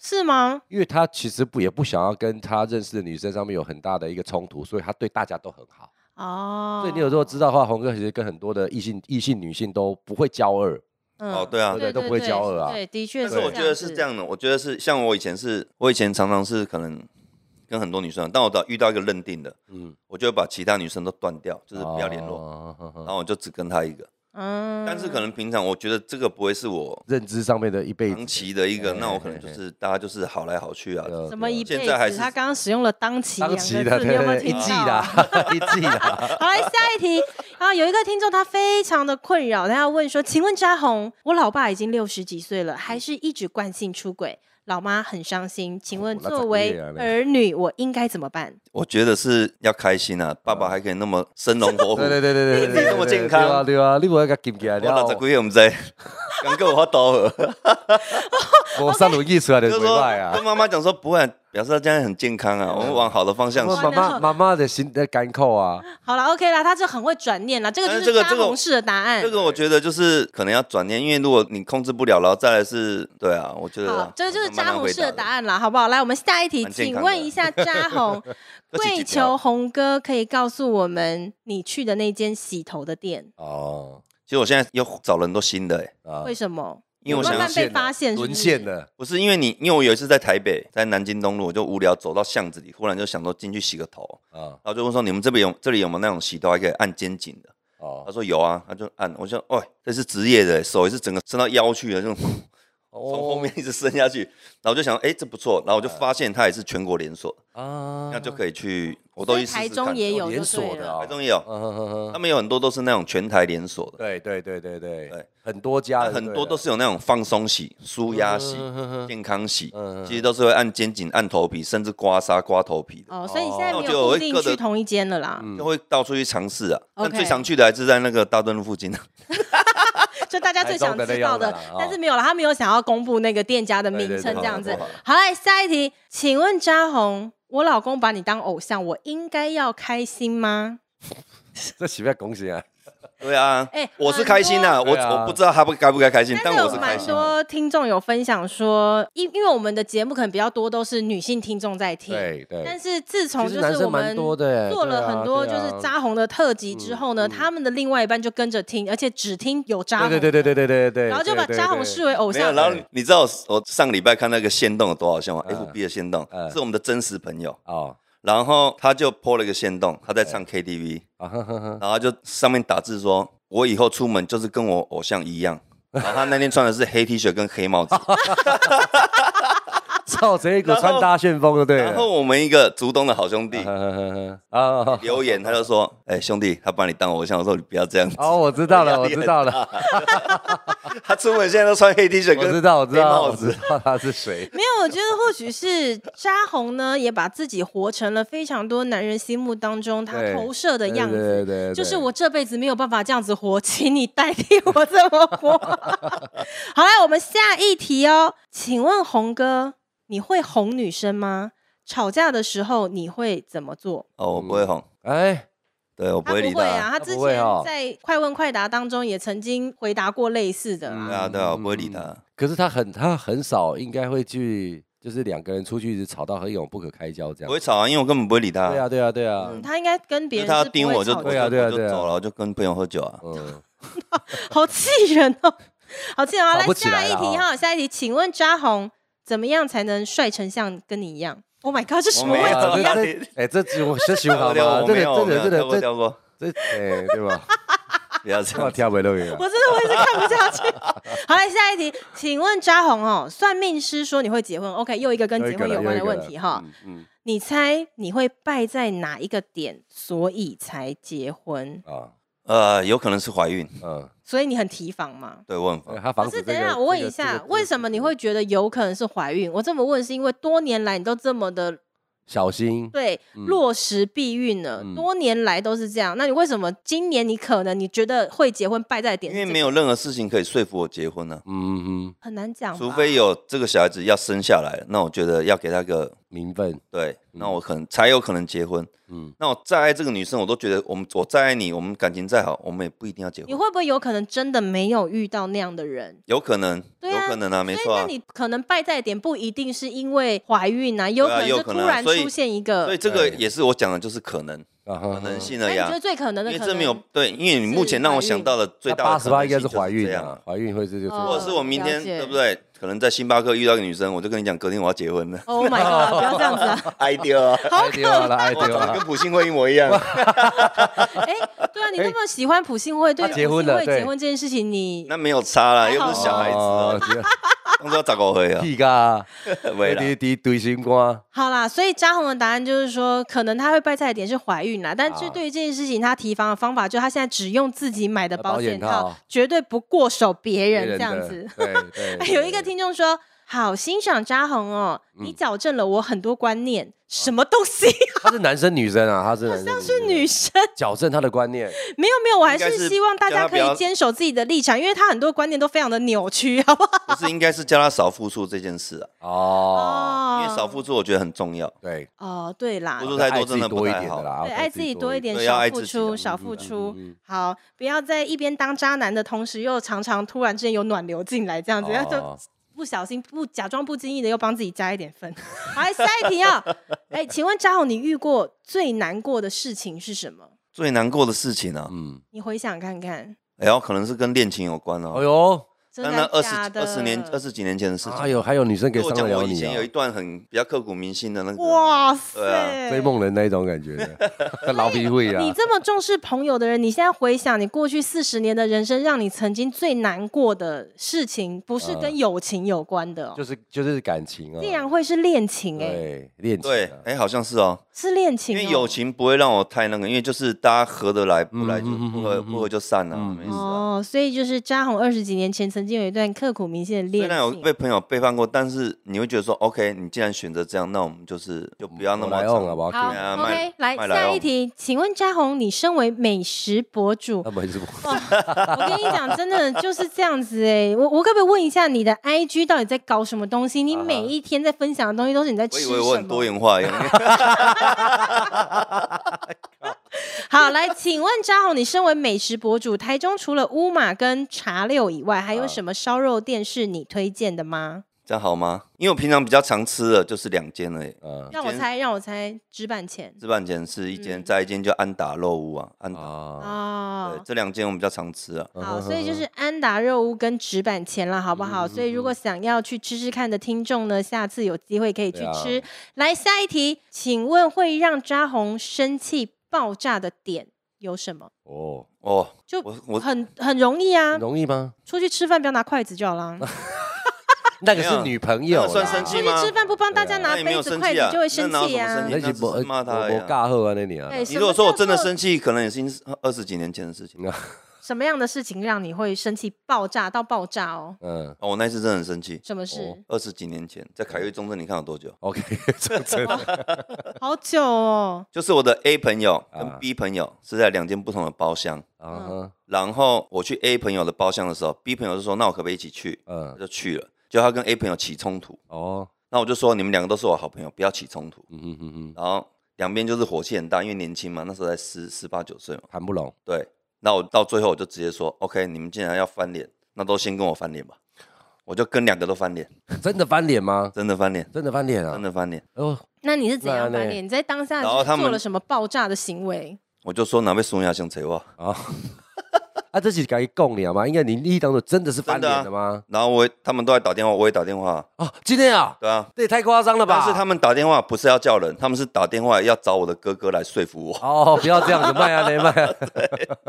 Speaker 1: 是吗？
Speaker 2: 因为他其实不也不想要跟他认识的女生上面有很大的一个冲突，所以他对大家都很好。
Speaker 1: 哦，
Speaker 2: 所以你有时候知道的话，红哥其实跟很多的异性异性女性都不会交恶，
Speaker 1: 嗯
Speaker 3: 哦对啊
Speaker 2: 对。都不会交恶啊
Speaker 1: 对，的确
Speaker 3: 但
Speaker 1: 是。
Speaker 3: 是我觉得是这，样的，我觉得是像我以前是，我以前常常是可能跟很多女生，但我只要遇到一个认定的，
Speaker 2: 嗯，哦
Speaker 3: 我就会把其他女生都断掉，就是不要联络，
Speaker 2: 络
Speaker 3: 然后我就只跟她一个，
Speaker 1: 嗯，
Speaker 3: 但是可能平常我觉得这个不会是我
Speaker 2: 认知上面的一辈
Speaker 3: 长
Speaker 2: 子。
Speaker 3: 期的一个，
Speaker 2: 嘿
Speaker 3: 那我
Speaker 2: 嘿
Speaker 3: 可能就
Speaker 2: 嘿
Speaker 3: 是大家就是好来好去啊，
Speaker 2: 呃
Speaker 1: 什么一辈
Speaker 3: 现在还
Speaker 1: 子？
Speaker 3: 是
Speaker 1: 他刚刚使用了“当期”两
Speaker 2: 当
Speaker 1: 个
Speaker 2: 期
Speaker 1: 字，
Speaker 2: 的，啊
Speaker 1: 你
Speaker 2: 对
Speaker 1: 有没有
Speaker 2: 对，
Speaker 1: 听
Speaker 2: 一
Speaker 1: 到？
Speaker 2: 季啦，一季啦，
Speaker 1: 好，来下一题。 啊，有一个听众他非常的困扰，他要问说：“请问扎红，我老爸已经六十几岁了，还是一直惯性出轨，老妈很伤心。请问
Speaker 2: 哦那
Speaker 1: 作
Speaker 2: 怎么
Speaker 1: 为
Speaker 2: 也啊那
Speaker 1: 儿女，我应该怎么办
Speaker 3: 我觉得是要开心啊，爸爸还可以那么生龙活虎，
Speaker 2: 对对对对对，
Speaker 3: 这么健康
Speaker 2: 对啊对啊，你不要给禁起来，
Speaker 3: 我六十几岁唔知， 刚够有法度了。
Speaker 2: 我上轮椅出来就
Speaker 3: 就是
Speaker 2: 是
Speaker 3: 说
Speaker 2: 坏啊
Speaker 3: 跟。妈妈讲说不会，表示他现在很健康啊，我们往好的方向
Speaker 2: 我
Speaker 3: 想。
Speaker 2: 妈妈妈妈的心的干扣啊，？”
Speaker 1: 好了，OK 啦，他这很会转念啦，这个
Speaker 3: 但
Speaker 1: 就是是
Speaker 3: 哎这个
Speaker 1: 扎
Speaker 3: 这个
Speaker 1: 红式的答案
Speaker 3: 这。个我觉得就是可能要转念，因为如果你控制不了，然后再来是，对啊，我觉得
Speaker 1: 好，这个就是扎红式的答
Speaker 3: 案。
Speaker 1: 案啦，好不好？来，我们下一题，
Speaker 3: 蛮健
Speaker 1: 请
Speaker 3: 康
Speaker 1: 问
Speaker 3: 的
Speaker 1: 一下扎 红，
Speaker 3: 这几
Speaker 1: 跪
Speaker 3: 几条
Speaker 1: 求红哥可以告诉我们你去的那间洗头的店
Speaker 2: 哦
Speaker 3: 其实我现在又找了很多新的、欸，
Speaker 2: 啊
Speaker 1: 为什么？
Speaker 3: 因为我
Speaker 1: 慢
Speaker 3: 想要
Speaker 1: 慢被发现是不
Speaker 2: 沦
Speaker 1: 是
Speaker 2: 陷了，
Speaker 3: 不是因为你，因为我有一次在台北，在南京东路，我就无聊走到巷子里，忽然就想说进去洗个头，
Speaker 2: 啊
Speaker 3: 然后就问说你们这边有这里有没有那种洗头还可以按肩颈的？他
Speaker 2: 哦，
Speaker 3: 说有啊，他就按，我说哦，这是职业的欸、手也是整个伸到腰去的这种。 从后面一直伸下去，然后我就想，哎、这不错，然后我就发现它也是全国连锁，
Speaker 2: 啊
Speaker 3: 那就
Speaker 2: 以，
Speaker 3: 可以去，我都
Speaker 1: 所
Speaker 3: 去
Speaker 1: 以
Speaker 3: 试试看哦
Speaker 1: 台中也有
Speaker 2: 连
Speaker 1: 就
Speaker 2: 锁
Speaker 1: 对
Speaker 2: 的
Speaker 1: 了。
Speaker 2: 啊
Speaker 3: 台，中也有，
Speaker 2: 嗯哼哼
Speaker 3: 他
Speaker 2: 哼，
Speaker 3: 们有很多都是那种全台连锁的，
Speaker 2: 对对对对对
Speaker 3: 对，
Speaker 2: 很多家
Speaker 3: 那
Speaker 2: 的
Speaker 3: 很多都是有那种放松洗、舒压洗、健康洗，
Speaker 2: 嗯
Speaker 3: 其实都是会按肩颈、按头皮，甚至刮痧、刮头皮的，
Speaker 1: 哦，所以你现
Speaker 2: 哦
Speaker 1: 在没
Speaker 3: 就
Speaker 1: 有固
Speaker 3: 会
Speaker 1: 定
Speaker 3: 各
Speaker 1: 去
Speaker 3: 的
Speaker 1: 同一间了
Speaker 2: 嗯
Speaker 1: 啦，
Speaker 3: 就会到处去尝试啊。但
Speaker 1: 嗯 OK
Speaker 3: 最常去的还是在那个大墩路附近 的，
Speaker 1: 就大家最想知道的
Speaker 2: 台中的那样的啦，
Speaker 1: 但是没有了，他没有想要公布那个店家的
Speaker 2: 对
Speaker 1: 名
Speaker 2: 对对
Speaker 1: 称
Speaker 2: 好
Speaker 1: 这样子
Speaker 2: 好好。
Speaker 1: 好，来下一题，请问扎红，我老公把你当偶像，我应该要开心吗？
Speaker 2: 这岂不要恭喜啊？
Speaker 3: 对啊
Speaker 1: 哎，
Speaker 3: 我是开心啊，
Speaker 2: 很多
Speaker 3: 我
Speaker 2: 对啊
Speaker 3: 我不知道他不该不该开心，但
Speaker 1: 但是
Speaker 3: 我
Speaker 1: 有
Speaker 3: 是开
Speaker 1: 蛮
Speaker 3: 心的。
Speaker 1: 多听众有分享说，因因为我们的节目可能比较多都是女性听众在听，
Speaker 2: 对
Speaker 1: 但
Speaker 2: 对，
Speaker 1: 是自从
Speaker 2: 其
Speaker 1: 就
Speaker 2: 实男
Speaker 1: 是我
Speaker 2: 生蛮
Speaker 1: 们
Speaker 2: 多的耶
Speaker 1: 做
Speaker 2: 对
Speaker 1: 了
Speaker 2: 啊
Speaker 1: 很多就
Speaker 2: 对啊嗯
Speaker 1: 是扎红的特辑之后呢，他们的另外一半就跟着听，而且只听有扎红，
Speaker 2: 对对对对对对对，
Speaker 1: 然后就把扎红视为偶
Speaker 3: 没有，
Speaker 1: 像。
Speaker 3: 然后你知道我上礼拜看那个限动有多好笑吗
Speaker 2: 嗯
Speaker 3: ？FB 的限动
Speaker 2: 嗯
Speaker 3: 是我们的真实朋友，
Speaker 2: 哦
Speaker 3: 然后他就 po 了一个限动，他在唱 KTV，
Speaker 2: 啊哼哼哼，
Speaker 3: 然后他就上面打字说：“我以后出门就是跟我偶像一样。”然后他那天穿的是黑 T 恤跟黑帽子，
Speaker 2: 操，这一股穿搭旋风就 对啊了
Speaker 3: 然。后我们一个竹东的好兄弟
Speaker 2: 呵呵呵呵啊
Speaker 3: 留言，他就说：“哎，兄弟，他把你当偶像，我说你不要这样子。
Speaker 2: 哦，我知道了，我知道了，
Speaker 3: 他出门现在都穿黑 T 恤
Speaker 2: 我
Speaker 3: 跟
Speaker 2: 知道，我知
Speaker 3: 黑
Speaker 2: 道，我
Speaker 3: 帽
Speaker 2: 知
Speaker 3: 子。
Speaker 2: 道他是谁。
Speaker 1: 没有，我觉得或许是扎红呢，也把自己活成了非常多男人心目当中他
Speaker 2: 对
Speaker 1: 投射的
Speaker 2: 对
Speaker 1: 样
Speaker 2: 对对
Speaker 1: 子。
Speaker 2: 对
Speaker 1: 就是
Speaker 2: 对
Speaker 1: 我这辈子没有办法这样子活，请你代替我这么活。 好来，我们下一题哦。请问红哥，你会哄女生吗？吵架的时候你会怎么做？”
Speaker 3: 哦，我不会哄，
Speaker 2: 哎，
Speaker 3: 对我不
Speaker 1: 他
Speaker 3: 会
Speaker 1: 不
Speaker 3: 理
Speaker 1: 会啊，
Speaker 3: 他。
Speaker 1: 他
Speaker 2: 他
Speaker 1: 之
Speaker 2: 不会
Speaker 1: 前
Speaker 2: 哦
Speaker 1: 在《快问快答》当中也曾经回答过类似的
Speaker 3: 对
Speaker 1: 啦。
Speaker 3: 啊，对啊，我不会理
Speaker 2: 嗯
Speaker 3: 他。
Speaker 2: 可是他很他很少，应该会去，就是两个人出去一直吵到很永不可开交这
Speaker 3: 不
Speaker 2: 样
Speaker 3: 会。吵啊，因为我根本不会理他。
Speaker 2: 对，啊，对啊，对啊
Speaker 1: 嗯，，他应该跟别
Speaker 3: 就是
Speaker 1: 人
Speaker 3: 他
Speaker 1: 是不
Speaker 3: 盯
Speaker 1: 会
Speaker 3: 我就
Speaker 1: 吵
Speaker 3: 我
Speaker 1: 架
Speaker 2: 对啊
Speaker 3: 就我
Speaker 2: 对啊
Speaker 3: 就
Speaker 2: 对啊
Speaker 3: 走了，我就跟朋友喝酒啊。
Speaker 2: 嗯，
Speaker 1: 好气人哦， 好气人哦！
Speaker 2: 吵
Speaker 1: 来
Speaker 2: 不起
Speaker 1: 下
Speaker 2: 来
Speaker 1: 一
Speaker 2: 了
Speaker 1: 题
Speaker 2: 哦
Speaker 1: 哈，下一题，请问扎红怎么样才能帅成像跟你一样？Oh my god，这什么
Speaker 3: 我没
Speaker 1: 问
Speaker 3: 有
Speaker 1: 题
Speaker 2: 这
Speaker 1: 啊？
Speaker 2: 这哎，这循这循
Speaker 3: 我
Speaker 2: 环
Speaker 3: 没有
Speaker 2: 吗？
Speaker 3: 我
Speaker 2: 这
Speaker 3: 没
Speaker 2: 个
Speaker 3: 有
Speaker 2: 这
Speaker 3: 我没
Speaker 2: 个
Speaker 3: 有
Speaker 2: 这
Speaker 3: 跳过
Speaker 2: 个
Speaker 3: 跳过，
Speaker 2: 这这哎，对吧？
Speaker 3: 不要这
Speaker 2: 这么
Speaker 3: 样。
Speaker 2: 跳不动啊
Speaker 1: 我。真的我也是看不下去。 好，来下一题，请问扎红哦，算命师说你会结婚，OK，又一个跟
Speaker 2: 又一
Speaker 1: 结
Speaker 2: 个
Speaker 1: 婚
Speaker 2: 了
Speaker 1: 有关的
Speaker 2: 又一个
Speaker 1: 问
Speaker 2: 了
Speaker 1: 题哈，
Speaker 2: 嗯嗯
Speaker 1: 你猜你会败在哪一个点，所以才结婚？
Speaker 2: 啊
Speaker 3: 呃，有可能是怀孕，
Speaker 2: 嗯，
Speaker 1: 所以你很提防吗？
Speaker 3: 对我很
Speaker 2: 哎
Speaker 3: 烦。
Speaker 2: 他
Speaker 1: 可
Speaker 2: 防止
Speaker 1: 是
Speaker 2: 这
Speaker 1: 等
Speaker 2: 个。
Speaker 1: 一下，我问
Speaker 2: 这
Speaker 1: 一
Speaker 2: 个
Speaker 1: 下，为什么你会觉得有可能是怀孕？我这么问是因为多年来你都这么的
Speaker 2: 小心？
Speaker 1: 对，落实避孕了，
Speaker 2: 嗯
Speaker 1: 多年来都是这样。那你为什么今年你可能你觉得会结婚败在点
Speaker 3: 因
Speaker 1: 是
Speaker 3: 为
Speaker 1: 这个？
Speaker 3: 没有任何事情可以说服我结婚呢、
Speaker 2: 嗯嗯嗯，
Speaker 1: 很难讲吧，
Speaker 3: 除非有这个小孩子要生下来，那我觉得要给他个
Speaker 2: 名分。
Speaker 3: 对，那我可能才有可能结婚。
Speaker 2: 嗯
Speaker 3: 嗯，那我再爱这个女生，我都觉得我们我再爱你，我们感情再好，我们也不一定要结
Speaker 1: 你
Speaker 3: 婚。
Speaker 1: 会不会有可能真的没有遇到那样的人？
Speaker 3: 有可能，
Speaker 1: 对
Speaker 3: 有
Speaker 1: 啊
Speaker 3: 可能啊，没
Speaker 1: 所以
Speaker 3: 错
Speaker 1: 那
Speaker 3: 啊。
Speaker 1: 你可能败在点不一定是因为怀孕啊，有
Speaker 3: 对啊
Speaker 1: 可能
Speaker 3: 有
Speaker 1: 就
Speaker 3: 可
Speaker 1: 突
Speaker 3: 能啊
Speaker 1: 然
Speaker 3: 所以
Speaker 1: 出现一个。
Speaker 3: 所以这个
Speaker 2: 对
Speaker 3: 也是我讲的，就是可能
Speaker 2: 啊
Speaker 3: 可
Speaker 2: 哈
Speaker 3: 能性
Speaker 1: 那
Speaker 3: 而
Speaker 1: 你
Speaker 3: 已啊
Speaker 1: 觉得。最可能的
Speaker 3: 因为
Speaker 1: 可
Speaker 3: 这
Speaker 1: 能
Speaker 3: 没有对，因为你目前让我想到的最大的
Speaker 2: 八十八
Speaker 3: 可
Speaker 2: 应
Speaker 3: 能
Speaker 2: 该
Speaker 3: 性
Speaker 2: 是
Speaker 3: 就是
Speaker 2: 怀孕
Speaker 3: 这样
Speaker 2: 啊，。怀孕会是就
Speaker 1: 哦
Speaker 3: 或者是我明天
Speaker 1: 了解。
Speaker 3: 对不对？可能在星巴克遇到一个女生，我就跟你讲，隔天我要结婚了
Speaker 1: ？Oh my god！不要这样子啊！
Speaker 3: 爱丢啊！
Speaker 1: 好
Speaker 2: 丢了，爱
Speaker 3: 我
Speaker 2: 丢
Speaker 3: 长得
Speaker 2: 了
Speaker 3: 跟朴信惠一模一样，
Speaker 1: 哎、对啊，啊，你那么喜欢普信会，对
Speaker 2: 他
Speaker 1: 于
Speaker 2: 啊结婚
Speaker 1: 普信
Speaker 2: 了
Speaker 1: 会
Speaker 2: 对
Speaker 1: 结婚这件事情，你
Speaker 3: 那没有差啦，
Speaker 1: 还
Speaker 3: 又
Speaker 1: 好
Speaker 3: 不 是小孩子
Speaker 2: 哦
Speaker 3: 啊，
Speaker 2: 这个
Speaker 3: 当初咋搞回 啊？
Speaker 2: 屁 噶，
Speaker 3: 没啦，
Speaker 2: 滴滴堆心肝，
Speaker 1: 好啦，所以嘉宏的答案就是说，可能他会败菜的点是怀孕啦，但
Speaker 2: 啊
Speaker 1: 这对于这件事情，他提防的方法就是他现在只用自己买的
Speaker 2: 呃保
Speaker 1: 保险
Speaker 2: 险
Speaker 1: 套
Speaker 2: 套，
Speaker 1: 绝对不过手别
Speaker 2: 别
Speaker 1: 人
Speaker 2: 人
Speaker 1: 这样
Speaker 2: 的
Speaker 1: 子。哎
Speaker 2: 对对对，
Speaker 1: 有一个听众说：“好欣赏嘉宏哦，你矫正了我很多观念，什么东西？
Speaker 2: 他是男生女生啊，他是男
Speaker 1: 像
Speaker 2: 生
Speaker 1: 是女生？
Speaker 2: 矫正他的观念，
Speaker 1: 没有没有，我还
Speaker 3: 应该
Speaker 1: 是
Speaker 3: 是
Speaker 1: 希望大
Speaker 3: 叫
Speaker 1: 家
Speaker 3: 他
Speaker 1: 可
Speaker 3: 不要
Speaker 1: 以坚守自己的立场，因为他很多观念都非常的扭曲，好不好？
Speaker 3: 不是应该是叫他少付出这件事啊，
Speaker 2: 哦，
Speaker 3: 因为少付出我觉得很重要，
Speaker 2: 对，
Speaker 1: 哦，对啦
Speaker 3: 付，出太
Speaker 2: 爱
Speaker 3: 多
Speaker 2: 自己
Speaker 3: 真的不
Speaker 2: 多一
Speaker 3: 太
Speaker 2: 点
Speaker 3: 好
Speaker 2: 的。啦，
Speaker 1: 对，爱自己多一点，
Speaker 3: 对要
Speaker 1: 少
Speaker 3: 爱
Speaker 1: 付
Speaker 3: 自己
Speaker 1: 出，
Speaker 3: 啊
Speaker 1: 少
Speaker 2: 嗯
Speaker 1: 付
Speaker 2: 嗯
Speaker 1: 出
Speaker 2: 嗯嗯。
Speaker 1: 好，不要在一边当渣男的同时，又常常突然之间有暖流进来，这样子，要就
Speaker 2: 哦
Speaker 1: 不小心不假装不经意的又帮自己加一点分。好，来下一题啊！哎，请问嘉宏，你遇过最难过的事情是什么？
Speaker 3: 最难过的事情啊，
Speaker 2: 嗯，
Speaker 1: 你回想看看，
Speaker 3: 哎呦，可能是跟恋情有关
Speaker 2: 哎
Speaker 3: 哦。
Speaker 2: 呦，
Speaker 1: 真
Speaker 3: 但那
Speaker 1: 的
Speaker 3: 二十
Speaker 1: 假的？
Speaker 3: 二十年、二十几年前的事情，
Speaker 2: 还有还有女生可以
Speaker 3: 跟我
Speaker 2: 伤
Speaker 3: 讲
Speaker 2: 得
Speaker 3: 我
Speaker 2: 了
Speaker 3: 以
Speaker 2: 你
Speaker 3: 前有
Speaker 2: 啊
Speaker 3: 一，段很比较刻骨铭心的那个，
Speaker 1: 哇塞！
Speaker 3: 对啊
Speaker 2: 追梦人那一种感觉 的，老皮会啊
Speaker 1: 你，这么重视朋友的人，你现在回想你过去四十年的人生，让你曾经最难过的事情，不
Speaker 3: 嗯
Speaker 1: 是跟友情有关的、哦，
Speaker 2: 就是就是感情啊，
Speaker 1: 竟然会是恋情哎、
Speaker 2: 对恋情
Speaker 3: 对，
Speaker 2: 啊，
Speaker 3: 哎、好像是哦，
Speaker 1: 是恋情、
Speaker 3: 因
Speaker 1: 哦，
Speaker 3: 为友情不会让我太那个，因为就是大家合得来，不来就
Speaker 2: 嗯嗯嗯
Speaker 3: 不合，
Speaker 2: 嗯嗯
Speaker 3: 不合就散了、
Speaker 2: 嗯
Speaker 3: 没事啊。
Speaker 1: 哦，所以就是扎红二十几年前曾经有一段刻骨铭心的
Speaker 3: 虽
Speaker 1: 恋
Speaker 3: 然有
Speaker 1: 情，
Speaker 3: 被朋友背叛过，但是你会觉得说，OK，你既然选择这样，那我们就是就不要那
Speaker 2: 我
Speaker 3: 么
Speaker 2: 来哦用好不
Speaker 3: 长。
Speaker 2: 好？
Speaker 1: 好
Speaker 3: 对啊
Speaker 1: ，OK，来
Speaker 3: 麦麦来
Speaker 1: 下
Speaker 3: 哦
Speaker 1: 一题，请问嘉宏，你身为美食博 主，
Speaker 2: 那么就是
Speaker 1: 我跟你讲，真的就是这样子哎、我我可不可以问一下你的 IG 到底在搞什么东西？你
Speaker 2: 啊哈
Speaker 1: 每一天在分享的东西都是你在
Speaker 3: 我
Speaker 1: 吃
Speaker 3: 以
Speaker 1: 什
Speaker 3: 为
Speaker 1: 么？
Speaker 3: 我很多元化，因为
Speaker 1: 好，来，请问嘉宏，你身为美食博主，台中除了乌马跟茶六以外，还
Speaker 3: 啊
Speaker 1: 有什么烧肉店是你推荐的吗？
Speaker 3: 这样好吗？因为我平常比较常吃的就是两间而已。
Speaker 2: 嗯
Speaker 1: 让我猜，让我猜，纸板前
Speaker 3: 置办前是一间，
Speaker 1: 嗯
Speaker 3: 再一间叫安达肉屋啊，安达、
Speaker 2: 啊，
Speaker 1: 哦
Speaker 3: 对，。这两间我们比较常吃啊。
Speaker 1: 好，所以就是安达肉屋跟纸板前了，好不好？所以
Speaker 3: 嗯
Speaker 1: 如果想要去吃吃看的听众呢，下次有机会可以去吃。
Speaker 2: 对啊
Speaker 1: 来，下一题，请问会让扎红生气爆炸的点有什么？
Speaker 2: 哦，
Speaker 3: 哦，
Speaker 1: 就
Speaker 3: 我 我
Speaker 1: 很很容易啊
Speaker 2: 很，容易吗？
Speaker 1: 出去吃饭不要拿筷子就好啦。
Speaker 2: 那个
Speaker 3: 没
Speaker 2: 是
Speaker 3: 有
Speaker 2: 女朋友
Speaker 3: 那
Speaker 2: 啦，
Speaker 3: 个算生
Speaker 1: 出
Speaker 3: 气
Speaker 1: 去
Speaker 3: 吗
Speaker 1: 吃饭不帮大家
Speaker 2: 对
Speaker 1: 拿
Speaker 3: 那也没
Speaker 1: 杯
Speaker 3: 有
Speaker 1: 子、
Speaker 3: 生
Speaker 1: 筷
Speaker 3: 气
Speaker 1: 子
Speaker 3: 啊
Speaker 1: 就会生
Speaker 3: 那哪有
Speaker 1: 气
Speaker 3: 什么
Speaker 1: 啊
Speaker 3: 生。气
Speaker 2: 那是
Speaker 3: 那只是骂他
Speaker 2: 我
Speaker 3: 而已啊
Speaker 2: 我尬喝啊那你啊，
Speaker 1: 对，
Speaker 3: 你
Speaker 1: 什
Speaker 3: 如果
Speaker 1: 么
Speaker 3: 说我
Speaker 1: 叫
Speaker 3: 真的
Speaker 1: 做
Speaker 3: 生气，可能已经是二十几年前的事情了。
Speaker 1: 什么样的事情让你会生气爆炸到爆炸哦？
Speaker 2: 嗯
Speaker 3: 哦，我那一次真的很生气，
Speaker 1: 什么 事？
Speaker 3: 二十几年前在凯悦中正，你看有多久？
Speaker 2: ，OK，这 啊真的
Speaker 1: 好久哦，
Speaker 3: 就是我的 A 朋友
Speaker 2: 啊
Speaker 3: 跟 B 朋友是在两间不同的包厢，
Speaker 2: 啊哈
Speaker 3: 然后我去 A 朋友的包厢的时候，B 朋友就说：“那我可不可以一起去？”我
Speaker 2: 嗯
Speaker 3: 就去了，就他跟 A 朋友起冲突，
Speaker 2: 哦
Speaker 3: 那我就说：“你们两个都是我好朋友，不要起冲突。
Speaker 2: 嗯哼哼哼”，
Speaker 3: 然后两边就是火气很大，因为年轻嘛，那时候才十十八九岁嘛。
Speaker 2: 谈不拢
Speaker 3: 对，那我到最后我就直接说：“OK，你们既然要翻脸，那都先跟我翻脸吧。”我就跟两个都翻脸，
Speaker 2: 真的翻脸吗？
Speaker 3: 真的翻脸，
Speaker 2: 真的翻脸啊
Speaker 3: 真！的翻脸。
Speaker 2: 哦，
Speaker 1: 那你是怎样
Speaker 2: 那
Speaker 1: 翻
Speaker 2: 呢
Speaker 1: 脸？你在当下
Speaker 3: 然
Speaker 1: 就
Speaker 3: 后
Speaker 1: 是
Speaker 3: 他们
Speaker 1: 做了什么爆炸的行为？
Speaker 3: 我就说哪被苏亚想扯哇，
Speaker 2: 啊 啊，这是该供你好吗？应该你立当中真的是翻脸的吗？
Speaker 3: 然后我也他们都在打电话，我也打电话，
Speaker 2: 啊，今天啊，
Speaker 3: 对啊。
Speaker 2: 这也太夸张了吧！
Speaker 3: 但是他们打电话不是要叫人，他们是打电话要找我的哥哥来说服我。
Speaker 2: 哦，不要这样子卖啊，雷卖啊，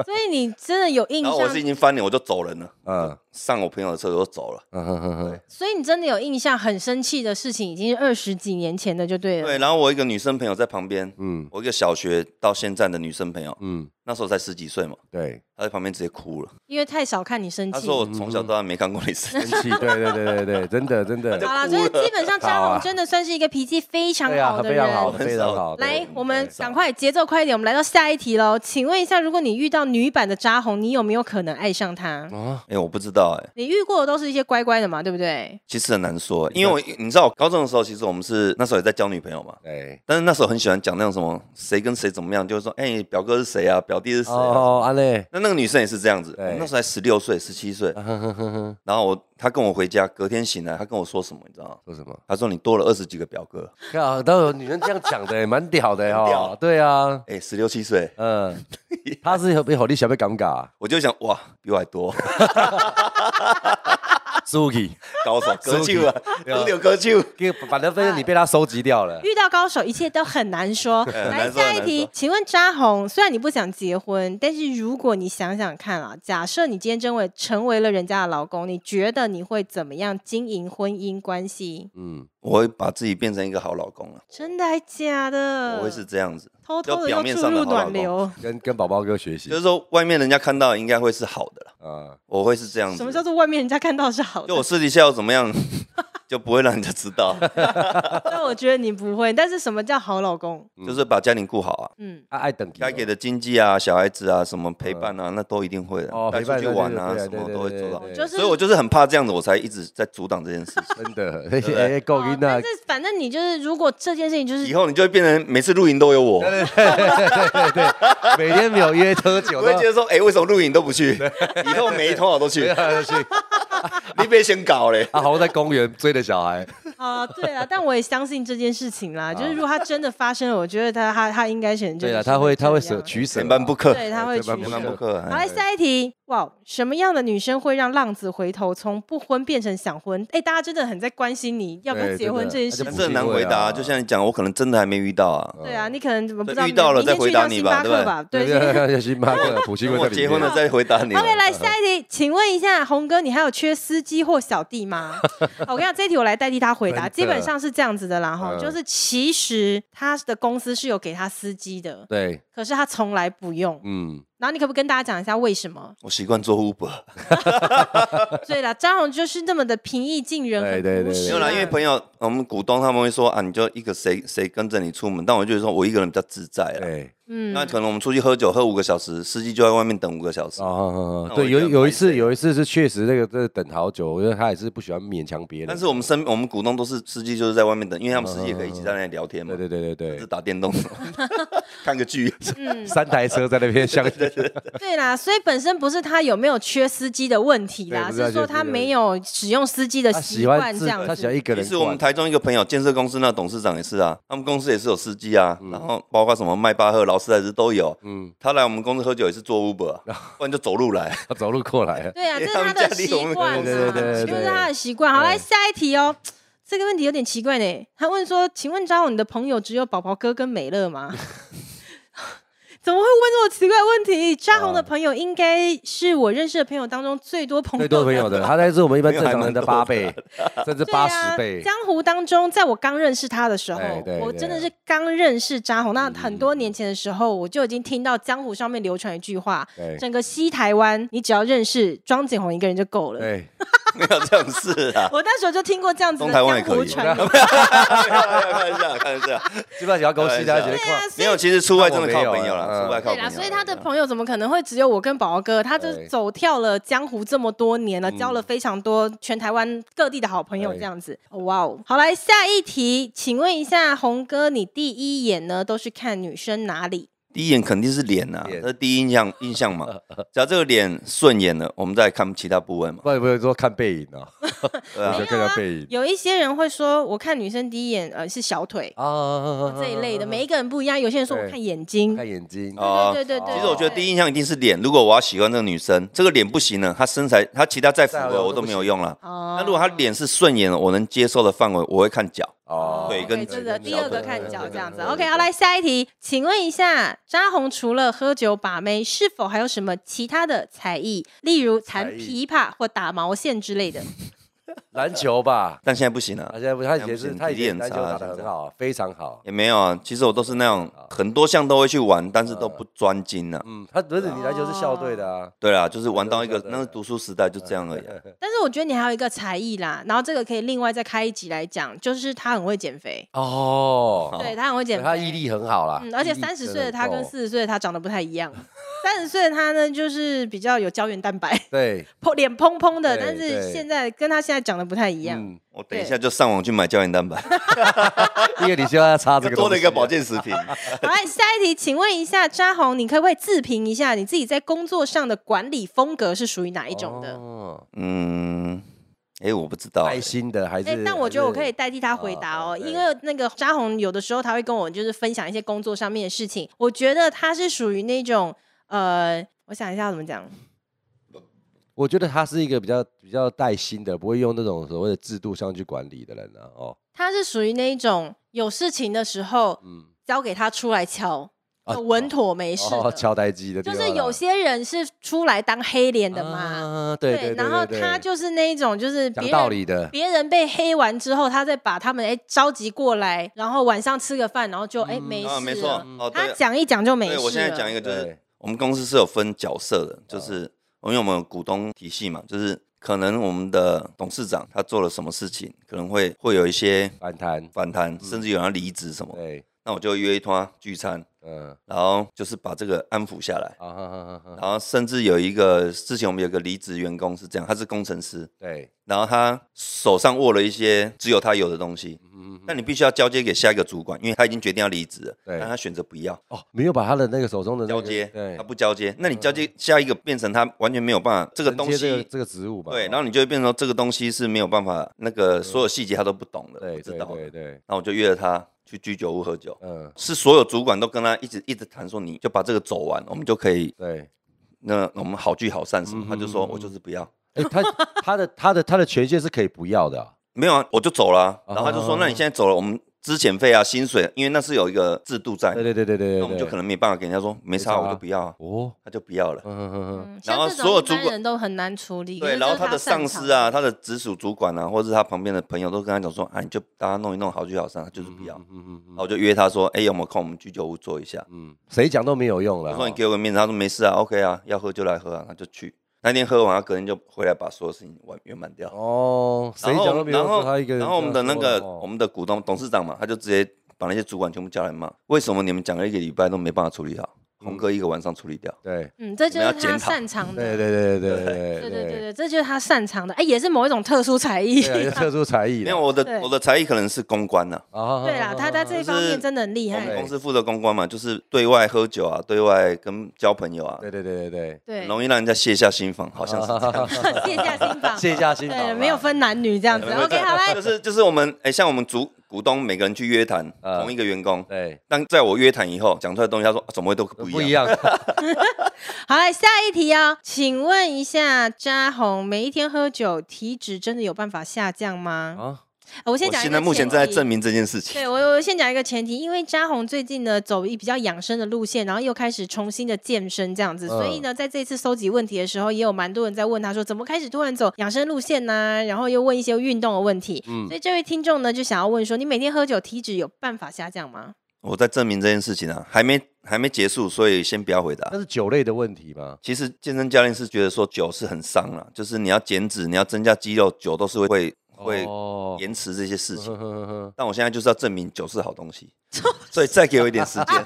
Speaker 1: 所以你真的有印
Speaker 3: 然后我是已
Speaker 1: 象，
Speaker 3: 经翻脸，我就走人了，
Speaker 2: 嗯
Speaker 3: 上我朋友的车就走了。
Speaker 2: 嗯哼哼哼，
Speaker 1: 所以你真的有印象，很生气的事情已经是二十几年前的，就对了。
Speaker 3: 对，然后我一个女生朋友在旁边，
Speaker 2: 嗯
Speaker 3: 我一个小学到现在的女生朋友，
Speaker 2: 嗯，
Speaker 3: 那时候才十几岁嘛，
Speaker 2: 对，
Speaker 3: 她在旁边直接哭了。
Speaker 1: 因为太少看你生
Speaker 3: 她
Speaker 1: 气。
Speaker 3: 说我从小到大没看过你生气，
Speaker 2: 生气，对对对对对，真的真的，
Speaker 1: 好啦，所以基本上
Speaker 2: 好
Speaker 1: 张
Speaker 2: 啊
Speaker 1: 红真的算是一个脾气非常
Speaker 2: 对
Speaker 1: 好
Speaker 2: 啊，
Speaker 1: 的
Speaker 2: 非
Speaker 1: 人。
Speaker 2: 常好，
Speaker 3: 很
Speaker 2: 非常
Speaker 3: 少
Speaker 2: 好。
Speaker 1: 来
Speaker 2: 对，
Speaker 1: 我们
Speaker 2: 对
Speaker 1: 赶快节奏快一点，我们来到下一题喽。请问一下，如果你遇到女版的扎红，你有没有可能爱上她？
Speaker 2: 啊，
Speaker 3: 哎、我不知道哎、
Speaker 1: 你遇过的都是一些乖乖的嘛，对不对？
Speaker 3: 其实很难说、
Speaker 1: 嗯
Speaker 3: 因为我你知道我高中的时候，其实我们是那时候也在交女朋友嘛，
Speaker 2: 对，
Speaker 3: 但是那时候很喜欢讲那种什么谁跟谁怎么样，就是说哎、表哥是谁啊，表弟是谁、啊。
Speaker 2: 哦，安嘞，
Speaker 3: 那那个女生也是这样子，
Speaker 2: 对啊
Speaker 3: 我们那时候才十六岁、十七岁，
Speaker 2: 哼哼哼哼，
Speaker 3: 然后我她跟我回家，隔天醒来，她跟我说什么，你知道吗？
Speaker 2: 说什么？
Speaker 3: 她说你多了二十几个表哥，
Speaker 2: 靠，都有女人这样讲的，蛮屌的
Speaker 3: 很
Speaker 2: 哦
Speaker 3: 屌。
Speaker 2: 对啊，
Speaker 3: 哎、十六七岁，
Speaker 2: 嗯，他是被好你小妹尴尬，
Speaker 3: 我就想哇，比我还多，
Speaker 2: 输给，
Speaker 3: 高手割球啊，
Speaker 2: 对啊
Speaker 3: 都有割球。
Speaker 2: 因为反正分你被他收集掉了。
Speaker 1: 遇到高手，一切都很难说。
Speaker 3: 很
Speaker 1: 来
Speaker 3: 难说
Speaker 1: 下
Speaker 3: 很
Speaker 1: 一
Speaker 3: 难
Speaker 1: 题
Speaker 3: 说，
Speaker 1: 请问扎红，虽然你不想结婚，但是如果你想想看啊，假设你今天真为成为了人家的老公，你觉得你会怎么样经营婚姻关系？
Speaker 2: 嗯，
Speaker 3: 我会把自己变成一个好老公了，
Speaker 1: 真的还假的？
Speaker 3: 我会是这样子，
Speaker 1: 偷偷的
Speaker 3: 就表
Speaker 1: 又
Speaker 3: 面
Speaker 1: 注
Speaker 3: 上的
Speaker 1: 入
Speaker 3: 好老
Speaker 1: 暖
Speaker 3: 公
Speaker 1: 流。
Speaker 2: 跟跟宝宝哥学习
Speaker 3: 就。是说外面人家看到应该会是好的了，
Speaker 2: 啊，
Speaker 3: 我会是这样子。
Speaker 1: 什么叫做外面人家看到是好的
Speaker 3: 就？我私底下要怎么样， 就不会让人家知道，
Speaker 1: 但我觉得你不会。但是什么叫好老公？
Speaker 2: 嗯
Speaker 3: 就是把家庭顾好啊，
Speaker 1: 嗯，
Speaker 2: 他爱等级
Speaker 3: 该给的经济啊、小孩子啊、什么陪伴啊，那都一定会的
Speaker 2: 嗯哦，
Speaker 3: 带
Speaker 2: 陪
Speaker 3: 出
Speaker 2: 伴
Speaker 3: 去玩啊，
Speaker 2: 对
Speaker 3: 什
Speaker 2: 对对
Speaker 3: 么都会
Speaker 2: 对对
Speaker 3: 做到
Speaker 2: 对。
Speaker 1: 就是
Speaker 3: 所以我就是很怕这样子，我才一直在阻挡这件事
Speaker 2: 真
Speaker 3: 情。
Speaker 2: 的，哎，够
Speaker 1: 哦
Speaker 2: 晕
Speaker 1: 但
Speaker 2: 啊
Speaker 1: 是！反正你就是，如果这件事情就是
Speaker 3: 以后你就会变成每次录影都有我，
Speaker 2: 每天没有约喝酒，
Speaker 3: 我会觉得说，哎，为什么录影都不去？以后每一通我都去，
Speaker 2: 他去，
Speaker 3: 你别先搞嘞。
Speaker 2: 啊他好像在公园追着小 孩。
Speaker 1: 啊，对啊，但我也相信这件事情啦。就是如果它真的发生了，我觉得他他他应该选
Speaker 2: 对
Speaker 1: 啊，
Speaker 2: 啊，他会他会
Speaker 1: 舍
Speaker 2: 舍，取舍啊，啊
Speaker 3: 前半不克，
Speaker 1: 对，他会
Speaker 2: 对
Speaker 1: 取
Speaker 2: 这蛮不
Speaker 3: 前半
Speaker 1: 舍
Speaker 3: 不
Speaker 2: 错。
Speaker 3: 哎克。
Speaker 1: 好，来下一题，哇，什么样的女生会让浪子回头，从不婚变成想婚？哎，大家真的很在关心你要不要
Speaker 2: 对
Speaker 1: 结
Speaker 2: 真
Speaker 1: 婚
Speaker 2: 的
Speaker 1: 这件
Speaker 2: 那
Speaker 1: 事
Speaker 2: 就
Speaker 3: 但
Speaker 1: 情。
Speaker 3: 这很难回答啊，
Speaker 2: 不是因为啊
Speaker 3: 就像你讲，我可能真的还没遇到啊。
Speaker 1: 对啊，你可能怎么不
Speaker 3: 对
Speaker 1: 知道？
Speaker 3: 遇到了
Speaker 1: 明天
Speaker 3: 再回
Speaker 1: 去一趟
Speaker 3: 答你
Speaker 1: 星
Speaker 3: 吧
Speaker 1: 巴
Speaker 3: 对
Speaker 1: 克
Speaker 3: 不对
Speaker 1: 吧，对
Speaker 2: 对
Speaker 1: 对
Speaker 2: 对 对，星巴 克普星
Speaker 3: 等
Speaker 2: 会在
Speaker 3: 我
Speaker 2: 里
Speaker 3: 结
Speaker 2: 面
Speaker 3: 婚了再回答你。？
Speaker 1: OK，来下一题，请问一下红哥，你还有缺司机或小弟吗？好我跟你讲，这一题我来代替他回答，
Speaker 2: 真的
Speaker 1: 基本上是这样子的啦，哈，
Speaker 2: 嗯
Speaker 1: 就是其实他的公司是有给他司机的，
Speaker 2: 对，
Speaker 1: 可是他从来不用。
Speaker 2: 嗯，
Speaker 1: 然后你可不可以跟大家讲一下为什 么
Speaker 3: 我习惯做 Uber，
Speaker 1: 对啦，张红就是那么的平易近人，
Speaker 2: 对
Speaker 1: 很
Speaker 2: 对
Speaker 1: 朴
Speaker 2: 对
Speaker 1: 实啊
Speaker 3: 没有啦，因为朋友，我们股东他们会说啊，你就一个谁谁跟着你出门，但我就觉得说我一个人比较自在啊啦。
Speaker 2: 对，
Speaker 1: 嗯
Speaker 3: 那可能我们出去喝酒喝五个小时，司机就在外面等五个小时。
Speaker 2: 哦，
Speaker 3: 那我
Speaker 2: 对，有
Speaker 3: 就觉得
Speaker 2: 有一
Speaker 3: 很
Speaker 2: 次
Speaker 3: 白痴
Speaker 2: 有一次是确实那个这等好久，我觉得他也是不喜欢勉强别人。
Speaker 3: 但是我们身我们股东都是司机，就是在外面等，因为他们司机也可以一起在那里聊天嘛，
Speaker 2: 对对对对
Speaker 3: 是
Speaker 2: 对，
Speaker 3: 打电动、看个剧。
Speaker 1: 嗯，
Speaker 2: 三台车在那边 相
Speaker 1: 对啦，所以本身不是他有没有缺司机的问题啦，
Speaker 2: 对不是他
Speaker 1: 是说
Speaker 2: 缺司
Speaker 1: 他
Speaker 2: 机的问题
Speaker 1: 没有使用司机的
Speaker 2: 他
Speaker 1: 习
Speaker 2: 喜
Speaker 1: 惯
Speaker 2: 欢
Speaker 1: 这
Speaker 2: 自，
Speaker 1: 样
Speaker 2: 他喜欢
Speaker 1: 子。
Speaker 2: 一个
Speaker 3: 也
Speaker 2: 人
Speaker 3: 是我们
Speaker 2: 逛。
Speaker 3: 台中一个朋友，建设公司那董事长也是啊，他们公司也是有司机啊，然后包括什么迈巴赫、劳斯莱斯都有。
Speaker 2: 嗯，
Speaker 3: 他来我们公司喝酒也是坐 Uber，、啊、 不然就走路来。
Speaker 2: 他走路过来，
Speaker 1: 对 啊，这
Speaker 3: 因为
Speaker 1: 是
Speaker 3: 他
Speaker 1: 他
Speaker 3: 们
Speaker 1: 的
Speaker 3: 家里
Speaker 1: 习
Speaker 3: 有
Speaker 1: 惯啊，
Speaker 2: 对对对
Speaker 1: 这
Speaker 2: 对对
Speaker 1: 是他的习惯。好，
Speaker 2: 对
Speaker 1: 来下一题哦。这个问题有点奇怪呢。他问说：“请问张勇，你的朋友只有宝宝哥跟美乐 吗？”怎么会问这种奇怪的问题？
Speaker 2: 啊
Speaker 1: 扎红的朋友应该是我认识的朋友当中最多朋友
Speaker 2: 最多朋友的，他那是我们一般正常人的八
Speaker 3: 朋友
Speaker 2: 倍，甚至
Speaker 1: 对
Speaker 2: 八
Speaker 1: 啊
Speaker 2: 十倍。哎
Speaker 1: 江湖当中，在我刚认识他的时候
Speaker 2: 对，对
Speaker 1: 我
Speaker 2: 对嗯
Speaker 1: 真的是刚认识扎红。那很多年前的时候，我就已经听到江湖上面流传一句话：
Speaker 2: 对
Speaker 1: 整个西台湾，你只要认识庄景红一个人就够了。，
Speaker 2: 对，
Speaker 3: 没有这种事啊
Speaker 1: 我那时候就听过这样子的
Speaker 3: 东台湾
Speaker 1: 江
Speaker 3: 也可以
Speaker 1: 湖传言。
Speaker 3: 开玩笑，开玩笑。
Speaker 2: 基本上要恭喜大家
Speaker 3: 对
Speaker 2: 觉得快。
Speaker 3: 没有，其实出外真的
Speaker 2: 那我
Speaker 3: 靠
Speaker 2: 没有
Speaker 3: 朋友
Speaker 2: 啊
Speaker 3: 啦，出外靠
Speaker 1: 对
Speaker 3: 朋
Speaker 1: 啦，
Speaker 3: 友。
Speaker 1: 所以他的朋友怎么可能会只有我跟宝宝哥？他就
Speaker 2: 对嗯
Speaker 1: 走跳了江湖这么多年了，交了非常多全台湾各地的好朋友，
Speaker 2: 对
Speaker 1: 这样子。哦哇哦！好来，下一题，请问一下红哥，你第一眼呢都是看女生哪里？
Speaker 3: 第一眼肯定是脸呐、啊，
Speaker 2: 脸呃
Speaker 3: 这第一印象印象嘛。只要这个脸顺眼了，我们再看其他部位嘛。
Speaker 2: 不然不是说看背影哦，
Speaker 3: 对啊
Speaker 2: 你就看到背影
Speaker 1: 有一些人会说，我看女生第一眼呃是小腿
Speaker 2: 啊
Speaker 3: 嗯
Speaker 1: 这一类的，每一个人不一样。有些人说我
Speaker 2: 对
Speaker 1: 看眼睛，
Speaker 2: 看眼睛
Speaker 3: 哦
Speaker 1: 对对对对。
Speaker 3: 其实我觉得
Speaker 1: 对
Speaker 3: 第一印象一定是脸。如果我要喜欢这个女生，
Speaker 2: 哦
Speaker 3: 这个脸不行呢，她身材，她其他再符
Speaker 2: 再好
Speaker 3: 合我都没有用了。
Speaker 1: 哦
Speaker 3: 那如果她脸是顺眼的，我能接受的范围，我会看脚。
Speaker 2: 哦
Speaker 3: 腿跟
Speaker 1: OK，
Speaker 3: 脚
Speaker 1: 这个
Speaker 3: 跟
Speaker 1: 第
Speaker 3: 脚
Speaker 1: 二个
Speaker 3: 对
Speaker 1: 看
Speaker 3: 对
Speaker 1: 脚
Speaker 3: 对
Speaker 1: 这样子。
Speaker 2: 对
Speaker 1: OK，
Speaker 2: 对
Speaker 1: 好，来下一题，请问一下，扎红除了喝酒把妹，是否还有什么其他的才艺，例如弹
Speaker 2: 才
Speaker 1: 琵
Speaker 2: 艺
Speaker 1: 琶或打毛线之 类的？
Speaker 2: 篮球吧，
Speaker 3: 但现在不行
Speaker 2: 他
Speaker 3: 啊，
Speaker 2: 现在不，他以前
Speaker 3: 现在
Speaker 2: 是
Speaker 3: 不行
Speaker 2: 他以前
Speaker 3: 体力
Speaker 2: 篮
Speaker 3: 很
Speaker 2: 球
Speaker 3: 差
Speaker 2: 打得很好，非常好。
Speaker 3: 也没有啊。其实我都是那种很多项都会去玩，但是都不专精啊。
Speaker 2: 哦嗯，他不是你篮球是校队的啊，
Speaker 3: 对啦，就是玩到一个
Speaker 2: 对对对对嗯
Speaker 3: 那是读书时代就这样而已啊。
Speaker 1: 但是我觉得你还有一个才艺啦，然后这个可以另外再开一集来讲，就是他很会减肥，
Speaker 2: 哦，
Speaker 1: 对他很会减
Speaker 2: 对
Speaker 1: 肥，
Speaker 2: 他毅。力很好啦。
Speaker 1: 嗯，而且
Speaker 2: 毅力
Speaker 1: 三十
Speaker 2: 真
Speaker 1: 岁的他
Speaker 2: 很
Speaker 1: 跟
Speaker 2: 够
Speaker 1: 四十岁的他长得不太一样，三十岁的他呢就是比较有胶原蛋白，
Speaker 2: 对，
Speaker 1: 蓬脸蓬蓬的，
Speaker 2: 对
Speaker 1: 但是
Speaker 2: 对
Speaker 1: 现在跟他现在长得不太一样。
Speaker 2: 嗯，
Speaker 3: 我等一下就上网去买胶原蛋白，
Speaker 2: 因为你希望他擦 这个
Speaker 3: 多了一个
Speaker 2: 东西啊
Speaker 3: 保健食品。
Speaker 1: 好，来下一题，请问一下扎红，你可不可以自评一下你自己在工作上的管理风格是属于哪一种的？
Speaker 2: 哦
Speaker 3: 嗯，哎，我不知道欸、
Speaker 2: 爱心的还
Speaker 1: 哎、
Speaker 2: 是？
Speaker 1: 但我觉得我可以
Speaker 2: 还是
Speaker 1: 代替他回答哦，
Speaker 2: 哦对
Speaker 1: 因为那个扎红有的时候他会跟我就是分享一些工作上面的事情，我觉得他是属于那种呃，我想一下要怎么讲，
Speaker 2: 我觉得他是一个比较比较带心的，不会用那种所谓的制度上去管理的人啊。哦，
Speaker 1: 他是属于那一种有事情的时候
Speaker 2: 嗯，
Speaker 1: 交给他出来敲，
Speaker 2: 啊
Speaker 1: 呃稳妥没事
Speaker 2: 哦，
Speaker 1: 的。
Speaker 2: 敲呆机的地
Speaker 1: 就
Speaker 2: 方啊，
Speaker 1: 是有些人是出来当黑脸的嘛，
Speaker 2: 啊，对对，
Speaker 1: 然后
Speaker 2: 对
Speaker 1: 他
Speaker 2: 对
Speaker 1: 就是那一种，就是
Speaker 2: 讲
Speaker 1: 别
Speaker 2: 道
Speaker 1: 人
Speaker 2: 理的，
Speaker 1: 别人被黑完之后，他再把他们哎召集过来，然后晚上吃个饭，然后就哎、
Speaker 2: 嗯
Speaker 1: 没事了、
Speaker 3: 啊，没错，哦，
Speaker 1: 他
Speaker 3: 对，
Speaker 1: 讲一讲就没事啊
Speaker 3: 对，
Speaker 1: 了。
Speaker 3: 我现在讲一个，就是
Speaker 2: 对，嗯
Speaker 3: 我们公司是有分角色的，就是因为我们有股东体系嘛，就是可能我们的董事长他做了什么事情，可能会会有一些
Speaker 2: 反弹，
Speaker 3: 反弹，
Speaker 2: 嗯
Speaker 3: 甚至有人要离职什么，
Speaker 2: 对，
Speaker 3: 那我就约一团聚餐，
Speaker 2: 嗯，
Speaker 3: 然后就是把这个安抚下来。
Speaker 2: 啊哈哈哈哈，
Speaker 3: 然后甚至有一个之前我们有个离职员工是这样，他是工程师，
Speaker 2: 对，
Speaker 3: 然后他手上握了一些只有他有的东西，
Speaker 2: 嗯，
Speaker 3: 那你必须要交接给下一个主管，因为他已经决定要离职了，
Speaker 2: 对
Speaker 3: 但他选择不要
Speaker 2: 哦，没有把他的那个手中的那
Speaker 3: 交
Speaker 2: 个
Speaker 3: 接，
Speaker 2: 对嗯
Speaker 3: 他，不交接，那你交接下一个变成他完全没有办法这个
Speaker 2: 承
Speaker 3: 东
Speaker 2: 接这个
Speaker 3: 西，
Speaker 2: 这个职务吧，
Speaker 3: 对，然
Speaker 2: 后
Speaker 3: 后你就会变成说这个东西是没有办法，那个所有细节他都不懂的，
Speaker 2: 哦对
Speaker 3: 不知
Speaker 2: 对
Speaker 3: 道的，
Speaker 2: 对对，
Speaker 3: 然后我就约了他去居酒屋喝酒。
Speaker 2: 嗯，
Speaker 3: 是所有主管都跟他一直一直谈说，你就把这个走完，我们就可以，
Speaker 2: 对。
Speaker 3: 那我们好聚好散什么。
Speaker 2: 嗯
Speaker 3: 他就说
Speaker 2: 嗯嗯
Speaker 3: 我就是不要，
Speaker 2: 哎，他他的他的他的权限是可以不要的啊，
Speaker 3: 没有啊，我就走了啊、
Speaker 2: 哦
Speaker 3: 然后他就说：“那你现在走了，我们资遣费啊、薪水，因为那是有一个制度在，
Speaker 2: 对对对对对
Speaker 3: 哎那
Speaker 2: 对
Speaker 3: 我们
Speaker 2: 对，
Speaker 3: 就可能没办法给人家说没
Speaker 2: 没
Speaker 3: 差，
Speaker 2: 差啊
Speaker 3: 我就不要啊，
Speaker 2: 哦，
Speaker 3: 他就不要了。
Speaker 2: 嗯哼哼哼，
Speaker 1: 嗯，
Speaker 3: 然
Speaker 1: 像
Speaker 3: 后
Speaker 1: 这
Speaker 3: 所有
Speaker 1: 种一
Speaker 3: 主
Speaker 1: 般
Speaker 3: 管
Speaker 1: 人都很难处理。
Speaker 3: 对，
Speaker 1: 可是这
Speaker 3: 然后
Speaker 1: 是他
Speaker 3: 他的上司啊、他的直属主管啊，或者是他旁边的朋友都跟他讲说：‘啊，你就大家弄一弄，好聚好散。’他就是不要。
Speaker 2: 嗯嗯嗯
Speaker 3: 然后我就约他说：‘哎，有没有空？我们居酒屋坐一下。
Speaker 2: 嗯，谁讲都没有用’了
Speaker 3: 我
Speaker 2: 哈。
Speaker 3: 说：‘你给我个面子。’他说：‘没事啊，OK 啊，要喝就来喝啊。’他就去。那天喝完，他隔天就回来把所有事情完圆满掉。
Speaker 2: 哦，谁
Speaker 3: 然后
Speaker 2: 讲都没有
Speaker 3: 然
Speaker 2: 用，
Speaker 3: 后
Speaker 2: 只有他一个人这样说的话。哦
Speaker 3: 然后我们的那个我们的股东董事长嘛，他就直接把那些主管全部叫来骂，为什么你们讲了一个礼拜都没办法处理好？
Speaker 2: 嗯
Speaker 3: 红哥一个晚上处理掉，
Speaker 2: 对
Speaker 1: 嗯，这就是
Speaker 3: 我们要
Speaker 1: 他
Speaker 3: 检讨
Speaker 1: 擅长的。
Speaker 2: 对对对对
Speaker 1: 对
Speaker 2: 对
Speaker 1: 对对对，这就是他擅长的，哎，也是某一种特殊才艺。
Speaker 2: 对啊，有特殊才艺
Speaker 3: 因
Speaker 2: 的
Speaker 3: 为我
Speaker 1: 对
Speaker 3: 的我的才艺可能是公关呐、
Speaker 2: 啊，
Speaker 1: 对啦，他在
Speaker 2: 这
Speaker 1: 这一方
Speaker 3: 就是
Speaker 1: 面真的很厉
Speaker 3: 我们
Speaker 1: 害。
Speaker 3: 公司负责公关嘛，就是对外喝酒啊，对外跟交朋友啊，
Speaker 2: 对对对对对，
Speaker 1: 对
Speaker 3: 很，容易让人家卸下心防，好像是这 样。
Speaker 1: 卸 下心防，
Speaker 2: 卸下心防
Speaker 1: 对，
Speaker 2: 啦
Speaker 1: 没有分男女这样子。
Speaker 3: 没有
Speaker 1: OK，好 来，
Speaker 3: 就是就是我们哎、像我们主股东每个人去约谈
Speaker 2: 呃
Speaker 3: 同一个员工，
Speaker 2: 对
Speaker 3: 但在我约谈以后讲出来的东西，他说、啊怎么会都不
Speaker 2: 不
Speaker 3: 一
Speaker 2: 一
Speaker 3: 样？
Speaker 2: 样，
Speaker 1: 好来，下一题哦，请问一下，扎红每一天喝酒，体脂真的有办法下降吗？
Speaker 2: 啊，
Speaker 1: 呃我先
Speaker 3: 哦我
Speaker 1: 讲一
Speaker 3: 现
Speaker 1: 个
Speaker 3: 在目前
Speaker 1: 前
Speaker 3: 正在
Speaker 1: 提
Speaker 3: 证明这件事情。
Speaker 1: 对我，我先讲一个前提，因为扎红最近呢走一比较养生的路线，然后又开始重新的健身这样子，所
Speaker 2: 嗯
Speaker 1: 以呢，在这次搜集问题的时候，也有蛮多人在问他说，怎么开始突然走养生路线呢、然后又问一些运动的问题，
Speaker 2: 嗯
Speaker 1: 所以这位听众呢就想要问说，你每天喝酒，体脂有办法下降吗？
Speaker 3: 我在证明这件事情啊，还没还没结束，所以先不要回答
Speaker 2: 那。是酒类的问题吗？
Speaker 3: 其实健身教练是觉得说酒是很伤了，就是你要减脂，你要增加肌肉，酒都是会会
Speaker 2: 哦
Speaker 3: 延迟这些事情。
Speaker 2: 呵呵呵呵
Speaker 3: 但我现在就是要证明酒是好东西，所以再给我一点时 间，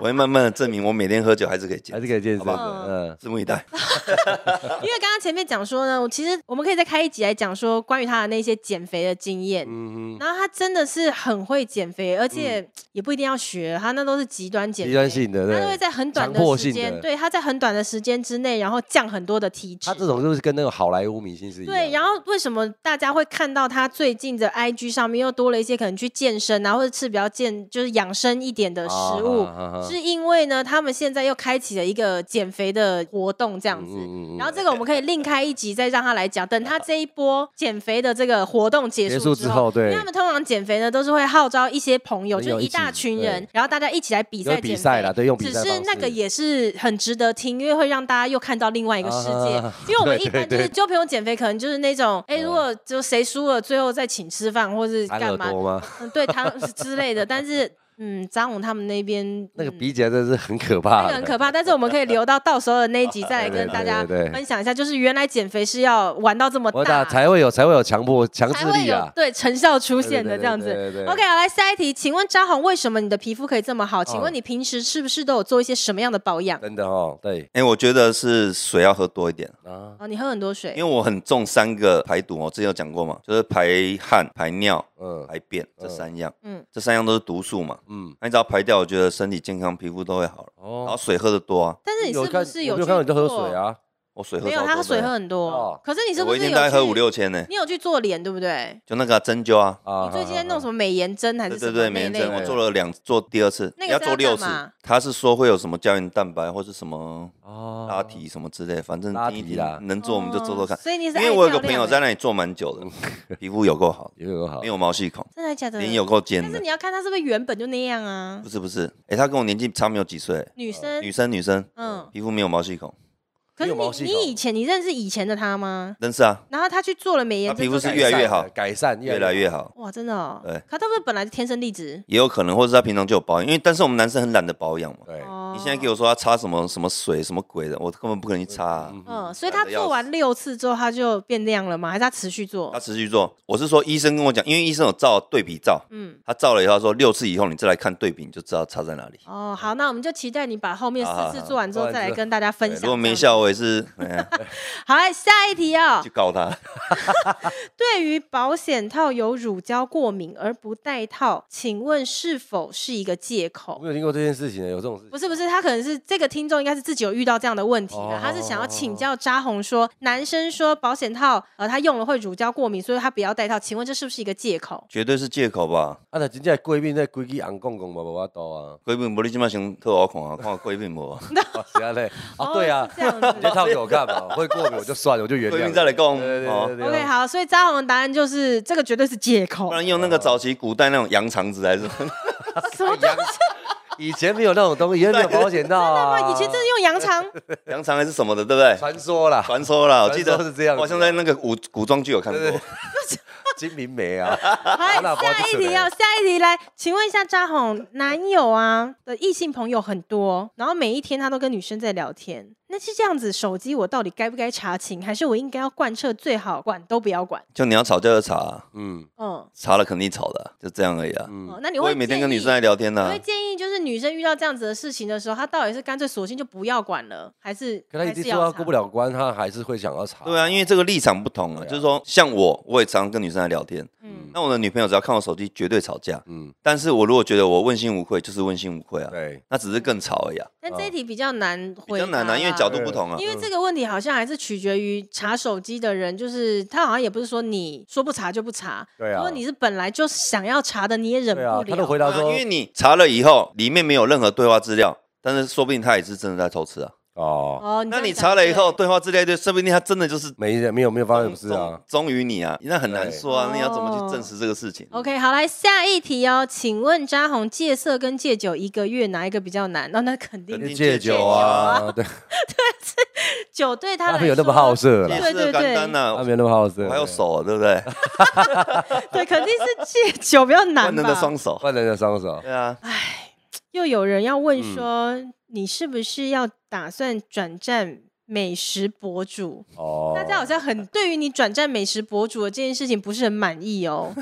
Speaker 3: 我会慢慢的证明我每天喝酒还是可以
Speaker 2: 还
Speaker 3: 减
Speaker 2: 是。可以健身的，
Speaker 1: 好吧
Speaker 2: 嗯，
Speaker 3: 拭目以待。
Speaker 1: 因为刚刚前面讲说呢，我其实我们可以再开一集来讲说关于他的那些减肥的经验。
Speaker 2: 嗯哼，嗯
Speaker 1: 然后他真的是很会减肥，而且也不一定要学，他那都是极端减肥。
Speaker 2: 极端性的，
Speaker 1: 他就会
Speaker 2: 对。
Speaker 1: 在很短
Speaker 2: 强迫
Speaker 1: 的时
Speaker 2: 性的
Speaker 1: 间，对，他在很短的时间之内，然后降很多的体脂
Speaker 2: 他。这种就是跟那个好莱坞明星是一样的，
Speaker 1: 对，然后为什么大家会看到他最近的 IG 上面又多了一些可能去健身啊，或者吃比较健就是养生一点的食物？
Speaker 2: 啊啊啊啊
Speaker 1: 是因为呢，他们现在又开启了一个减肥的活动，这样子。
Speaker 2: 嗯嗯嗯
Speaker 1: 然后这个我们可以另开一集再让他来讲，等他这一波减肥的这个活动结
Speaker 2: 结
Speaker 1: 束
Speaker 2: 束
Speaker 1: 之
Speaker 2: 之
Speaker 1: 后。
Speaker 2: 后，对
Speaker 1: 因为，他们通常减肥呢，都是会号召一些朋友，
Speaker 2: 朋
Speaker 1: 就
Speaker 2: 友
Speaker 1: 是一
Speaker 2: 一起
Speaker 1: 大群人
Speaker 2: 对，
Speaker 1: 然后大家一起来比赛
Speaker 2: 有比
Speaker 1: 减
Speaker 2: 赛
Speaker 1: 肥
Speaker 2: 啦对用比
Speaker 1: 只
Speaker 2: 赛
Speaker 1: 是
Speaker 2: 方
Speaker 1: 那个
Speaker 2: 式
Speaker 1: 也是很值得听，因为会让大家又看到另外一个世界。
Speaker 2: 啊
Speaker 1: 因为我们
Speaker 2: 对
Speaker 1: 一般就
Speaker 2: 对
Speaker 1: 是
Speaker 2: 对哦
Speaker 1: 交朋友减肥，可能就是那种，哎，如果就谁输了，最后再请吃饭或是
Speaker 2: 弹
Speaker 1: 干
Speaker 2: 耳
Speaker 1: 嘛，
Speaker 2: 朵吗？
Speaker 1: 嗯，对，他 之类的。但是，嗯，张勇他们那边
Speaker 2: 那个
Speaker 1: 嗯
Speaker 2: 比起来真的是很可
Speaker 1: 那
Speaker 2: 怕
Speaker 1: 个
Speaker 2: 的
Speaker 1: 很，可怕，但是我们可以留到到时候的那一集再来
Speaker 2: 对对
Speaker 1: 跟大家
Speaker 2: 对对对
Speaker 1: 分享一下，就是原来减肥是要玩到这么
Speaker 2: 我
Speaker 1: 大
Speaker 2: 打才会有才会有强迫强
Speaker 1: 才
Speaker 2: 制
Speaker 1: 会
Speaker 2: 力
Speaker 1: 有
Speaker 2: 啊，
Speaker 1: 对成效出
Speaker 2: 出
Speaker 1: 现的这样子。
Speaker 2: 对对
Speaker 1: OK，好，来下一题，请问张红，为什么你的皮肤可以这么好？请
Speaker 2: 哦
Speaker 1: 问你平时是不是都有做一些什么样的保养？
Speaker 2: 真的哦，对
Speaker 3: 哎、我觉得是水要喝多一点，
Speaker 2: 啊，
Speaker 1: 哦，你喝很多水，
Speaker 3: 因为我很重三个排毒，哦我之前有讲过嘛，就是排汗、排尿、
Speaker 2: 嗯
Speaker 3: 排便这三样。
Speaker 1: 嗯
Speaker 3: 嗯，这三样都是毒素嘛，
Speaker 2: 嗯，
Speaker 3: 那你只要排掉，我觉得身体健康，皮肤都会好了。然后
Speaker 2: 哦，
Speaker 3: 水喝的多啊，
Speaker 1: 但是你
Speaker 2: 有
Speaker 1: 是不
Speaker 2: 看
Speaker 1: 是
Speaker 2: 我没
Speaker 1: 去
Speaker 2: 有看到你在喝
Speaker 1: 做
Speaker 2: 水？啊？
Speaker 3: 我水喝
Speaker 1: 没有，
Speaker 3: 超
Speaker 1: 他
Speaker 3: 多
Speaker 1: 水
Speaker 3: 的
Speaker 1: 喝很多，
Speaker 2: 哦
Speaker 1: 可是你是不
Speaker 3: 我
Speaker 1: 是
Speaker 3: 一
Speaker 1: 有
Speaker 3: 天大概喝
Speaker 1: 去
Speaker 3: 五六千呢，
Speaker 1: 你有去做脸对不对？
Speaker 3: 就那个啊针灸啊，
Speaker 2: 啊
Speaker 1: 你最近在弄什
Speaker 2: 么？
Speaker 1: 么美颜针还
Speaker 3: 对
Speaker 1: 是
Speaker 3: 对
Speaker 1: 什
Speaker 3: 对，
Speaker 1: 么
Speaker 3: 美
Speaker 1: 那
Speaker 3: 颜
Speaker 1: 类
Speaker 3: 针
Speaker 2: 的
Speaker 3: 我
Speaker 1: 的？
Speaker 3: 做了两做第二次，
Speaker 1: 那
Speaker 3: 你
Speaker 1: 个
Speaker 3: 要
Speaker 1: 是
Speaker 3: 做
Speaker 1: 要
Speaker 3: 六
Speaker 1: 干
Speaker 3: 次
Speaker 1: 嘛。
Speaker 3: 他是说会有什么胶原蛋白或是什么
Speaker 2: 哦
Speaker 3: 拉提什么之类，反正
Speaker 2: 拉
Speaker 3: 听一
Speaker 2: 提
Speaker 3: 听
Speaker 2: 啦
Speaker 3: 能做我们就做做看
Speaker 1: 哦。所以你是
Speaker 3: 因为
Speaker 1: 爱
Speaker 3: 我有
Speaker 1: 漂
Speaker 3: 个朋
Speaker 1: 亮
Speaker 3: 友
Speaker 1: 欸
Speaker 3: 在那里做蛮久的， 皮肤有够好，
Speaker 2: 有没有好
Speaker 3: 没？有毛细孔，
Speaker 1: 真的假的？
Speaker 3: 脸有够尖
Speaker 1: 但是
Speaker 3: 的
Speaker 1: 你。要看她是不是原本就那样啊
Speaker 3: 不，是不是，哎，他跟我年纪差没有几岁，
Speaker 1: 女生
Speaker 3: 哦女，生女生，
Speaker 1: 嗯，
Speaker 3: 皮肤没有毛细孔，
Speaker 1: 可是
Speaker 2: 有毛
Speaker 1: 你
Speaker 2: 细
Speaker 1: 你
Speaker 2: 孔
Speaker 1: 以前你认识以前的她吗？
Speaker 3: 认识啊，
Speaker 1: 然后她去做了美颜
Speaker 3: 她
Speaker 1: 针
Speaker 3: 皮
Speaker 1: 之
Speaker 3: 肤
Speaker 1: 后改
Speaker 3: 是越来
Speaker 1: 善
Speaker 3: 越好
Speaker 2: 改善
Speaker 3: 越来越好。
Speaker 1: 哇，真的哦，
Speaker 3: 对
Speaker 1: 可她会不会本来就天生丽质？
Speaker 3: 也有可能，或者是他平常就有保养，因为但是我们男生很懒得保养嘛。
Speaker 2: 对，
Speaker 1: 哦，
Speaker 3: 你现在给我说他擦什么什么水什么鬼的，我根本不可能去擦、啊。
Speaker 2: 哦
Speaker 1: 嗯，所以
Speaker 3: 懒
Speaker 1: 她
Speaker 3: 得要
Speaker 1: 做完六次之后，她就变亮了吗？还是她持续做
Speaker 3: 他？持续做，我是说医生跟我讲，因为医生有照对比照，
Speaker 1: 嗯，
Speaker 3: 他照了以后他说六次以后你再来看对比，你就知道差在哪里。
Speaker 1: 哦，好，那我们就期待你把后面
Speaker 3: 嗯好好
Speaker 1: 四次
Speaker 3: 好
Speaker 1: 做完之
Speaker 2: 做
Speaker 1: 后
Speaker 2: 完
Speaker 1: 再来
Speaker 2: 之后
Speaker 1: 跟大家分
Speaker 3: 对
Speaker 1: 享。
Speaker 3: 如果没
Speaker 1: 这样
Speaker 3: 效，我也 是，哎呀，
Speaker 1: 子，好，来下一题哦
Speaker 3: 去。告他。
Speaker 1: 对于保险套有乳胶过敏而不戴套，请问是否是一个借
Speaker 2: 我
Speaker 1: 口？
Speaker 2: 没有听过这件事情的，有这种事
Speaker 1: 不
Speaker 2: 情。
Speaker 1: 是不是，他可能是这个听众应该是自己有遇到这样的问题的，
Speaker 2: 哦
Speaker 1: 他是想要请教扎红说，男生说保险套呃他用了会乳胶过敏，所以他不要戴套，请问这是不是一个借口？
Speaker 3: 绝对是借口吧？。
Speaker 2: 啊，那真正贵宾在规矩昂公公嘛，无法度啊
Speaker 3: 规病无你即摆先套我看啊，看规 病无啊？
Speaker 2: 啊是啊嘞，啊
Speaker 1: 哦
Speaker 2: 对啊
Speaker 1: 是，这样子
Speaker 2: 你就套给我干嘛？会过敏我就算了，我就原
Speaker 3: 规
Speaker 2: 谅你。
Speaker 3: 病再来讲
Speaker 2: 对对对对
Speaker 3: 哦，
Speaker 2: 对
Speaker 1: OK，好，所以扎红的答案就是这个绝对是借口
Speaker 3: 不。然用那个早期古代那种羊肠子还是什么
Speaker 1: 什么东西？
Speaker 2: 以前没有那种东西，以前没有保险套啊。
Speaker 1: 以前真的用羊肠？
Speaker 3: 羊肠还是什么的，对不对？
Speaker 2: 传说啦，
Speaker 3: 传说啦，我
Speaker 2: 传
Speaker 3: 记得
Speaker 2: 说是这样子
Speaker 3: 我好像在那个古古装剧有看过。
Speaker 2: 对对金瓶梅啊。
Speaker 1: 好，
Speaker 2: 那
Speaker 1: 哎下一题哦，下一题来，请问一下扎红，男友啊的异性朋友很多，然后每一天他都跟女生在聊天，那是这样子，手机我到底该不该查寝，还是我应该要贯彻最好管都不要管？
Speaker 3: 就你要吵架就吵啊，
Speaker 2: 嗯，
Speaker 1: 嗯，
Speaker 3: 吵了肯定吵的啊，就这样而已啊。
Speaker 1: 哦，那你
Speaker 3: 我
Speaker 1: 会
Speaker 3: 也每天
Speaker 1: 建
Speaker 3: 跟女
Speaker 1: 议
Speaker 3: 生在聊天呢、啊
Speaker 1: 你会建议就是女生遇到这样子的事情的时候，她到底是干脆索性就不要管了，还是
Speaker 2: 可他一
Speaker 1: 还
Speaker 2: 直
Speaker 1: 是
Speaker 2: 说他
Speaker 1: 要
Speaker 2: 过
Speaker 1: 查
Speaker 2: 不了关，他还是会想要查。
Speaker 3: 对啊，因为这个立场不同啊，
Speaker 2: 对啊
Speaker 3: 就是说，像我，我也常跟女生在聊天。
Speaker 1: 嗯
Speaker 3: 那我的女朋友只要看我手机，绝对吵架。
Speaker 2: 嗯，
Speaker 3: 但是我如果觉得我问心无愧，就是问心无愧啊，
Speaker 2: 对，
Speaker 3: 那只是更吵而已啊，
Speaker 1: 但这
Speaker 2: 哦
Speaker 1: 一题比较难
Speaker 3: 比
Speaker 1: 回答啦，
Speaker 3: 较难啊，因为角度不同啊。
Speaker 1: 因为这个问题好像还是取决于查手机的人，就是他好像也不是说你说不查就不查，
Speaker 2: 对啊
Speaker 1: 如果你是本来就想要查的，你也忍不
Speaker 2: 对啊，他都
Speaker 1: 了。
Speaker 2: 回
Speaker 3: 对
Speaker 2: 答
Speaker 3: 啊
Speaker 2: 说
Speaker 3: 因为你查了以后，里面没有任何对话资料，但是说不定他也是真的在偷吃啊。
Speaker 2: 哦，
Speaker 1: 哦，这
Speaker 3: 那
Speaker 1: 样
Speaker 3: 你
Speaker 1: 讲
Speaker 3: 查了以
Speaker 1: 对
Speaker 3: 后，，对话资料一堆，说不定他真的就是
Speaker 2: 没人没有没有发生什么事啊
Speaker 3: 忠。忠于你啊，那很难
Speaker 2: 对
Speaker 3: 说啊。那你要怎么
Speaker 1: 哦
Speaker 3: 去证实这个事情？
Speaker 1: OK，好，来下一题哦。请问扎红戒色跟戒酒一个月哪一个比较难？哦，那肯
Speaker 3: 肯
Speaker 1: 定
Speaker 3: 定
Speaker 2: 戒酒啊， 对，
Speaker 1: 酒对他
Speaker 2: 他
Speaker 1: 来
Speaker 2: 没有那
Speaker 1: 说
Speaker 2: 么好色啦
Speaker 3: 解，
Speaker 1: 对
Speaker 3: 释的
Speaker 1: 对
Speaker 3: 啊干
Speaker 1: 对
Speaker 3: 单呐、
Speaker 2: 他
Speaker 3: 啊
Speaker 2: 没，有那么好色。
Speaker 3: 我还有手啊，对不对？
Speaker 1: 对，肯定是戒酒比较难
Speaker 3: 万能的
Speaker 1: 吧。
Speaker 3: 双手。
Speaker 2: 万能的双手，
Speaker 3: 对啊，
Speaker 1: 又有人要问说，你是不是要打算转战美食博主？
Speaker 2: 哦，
Speaker 1: 大家好像很对于你转战美食博主的这件事情不是很满意 哦。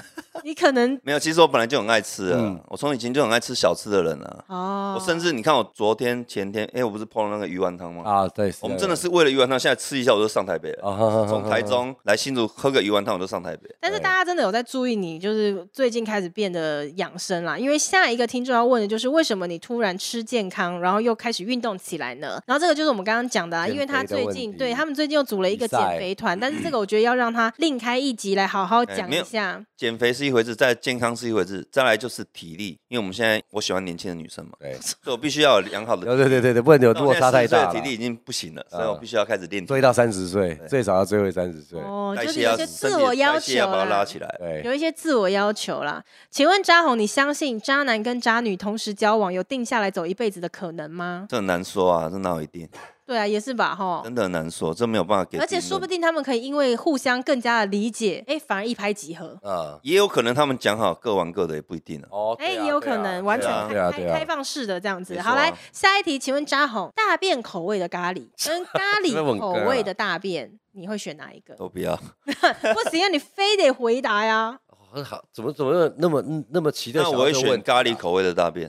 Speaker 1: 你可能
Speaker 3: 没有，其实我本来就很爱吃啊，
Speaker 2: 嗯
Speaker 3: 我从以前就很爱吃小吃的人啊。
Speaker 1: 哦，
Speaker 3: 我甚至你看，我昨天前天，哎、我不是泡了那个鱼丸汤吗？
Speaker 2: 啊，对，哦
Speaker 3: 我们真的是为了鱼丸汤，现在吃一下我就上台北了。
Speaker 2: 啊
Speaker 3: 从台中来新竹喝个鱼丸汤，我就上台北。
Speaker 1: 但是
Speaker 2: 对
Speaker 1: 大家真的有在注意你，就是最近开始变得养生啦。因为下一个听众要问的就是，为什么你突然吃健康，然后又开始运动起来呢？然后这个就是我们刚刚讲的啊，
Speaker 2: 减
Speaker 1: 因为他
Speaker 2: 肥的
Speaker 1: 最
Speaker 2: 问
Speaker 1: 近
Speaker 2: 题
Speaker 1: 对他们最近又组了一个
Speaker 2: 比
Speaker 1: 减
Speaker 2: 赛
Speaker 1: 肥团，但是这个我觉得要让他另开一集来好好
Speaker 3: 哎
Speaker 1: 讲
Speaker 3: 没
Speaker 1: 一
Speaker 3: 有
Speaker 1: 下。
Speaker 3: 减肥是一回事，再健康是一回事，再来就是体力，因为我们现在我喜欢年轻的女生 嘛，
Speaker 2: 对，
Speaker 3: 所以我必须要有良好的。
Speaker 2: 对对对对对，不能有
Speaker 3: 那我
Speaker 2: 落
Speaker 3: 现
Speaker 2: 差太
Speaker 3: 在40
Speaker 2: 大
Speaker 3: 岁
Speaker 2: 了啊
Speaker 3: 的体，力已经不行了，所以我必须要开始练体力。
Speaker 2: 追到三十岁，最少要追回三十岁，
Speaker 1: 哦，
Speaker 3: 代
Speaker 1: 就是有
Speaker 3: 谢要
Speaker 1: 一些
Speaker 3: 身
Speaker 1: 自
Speaker 3: 体的
Speaker 1: 我要
Speaker 3: 代谢啊
Speaker 1: 求啊
Speaker 3: 要把它
Speaker 1: 啦
Speaker 3: 拉。起来。
Speaker 2: 对，
Speaker 1: 有一些自我要求啦，请问扎红，你相信渣男跟渣女同时交往有定下来走一辈子的可能吗？
Speaker 3: 这很难说啊，这哪有一定？
Speaker 1: 对啊，也是吧，哈。
Speaker 3: 真的很难说，这没有办法给定论。
Speaker 1: 而且说不定他们可以因为互相更加的理解，哎、反而一拍即合。
Speaker 2: 嗯，
Speaker 3: 也有可能他们讲好各玩各的，也不一定啊。
Speaker 2: 哦，
Speaker 1: 哎、也有可能、完全
Speaker 3: 对
Speaker 1: 开
Speaker 2: 对啊
Speaker 3: 啊
Speaker 1: 开
Speaker 2: 对啊
Speaker 1: 开放式的这样子。
Speaker 3: 没
Speaker 1: 好，
Speaker 3: 错啊
Speaker 1: 来下一题，请问扎红，大便口味的咖喱跟咖
Speaker 2: 这
Speaker 1: 喱
Speaker 2: 问
Speaker 1: 口
Speaker 2: 哥啊
Speaker 1: 味的大便，你会选哪一个？
Speaker 3: 都不要。
Speaker 1: 不行啊，你非得回答呀！
Speaker 2: 哦很好，怎么怎么那么那么期待？
Speaker 3: 那我会选
Speaker 2: 啊
Speaker 3: 咖喱口味的大便，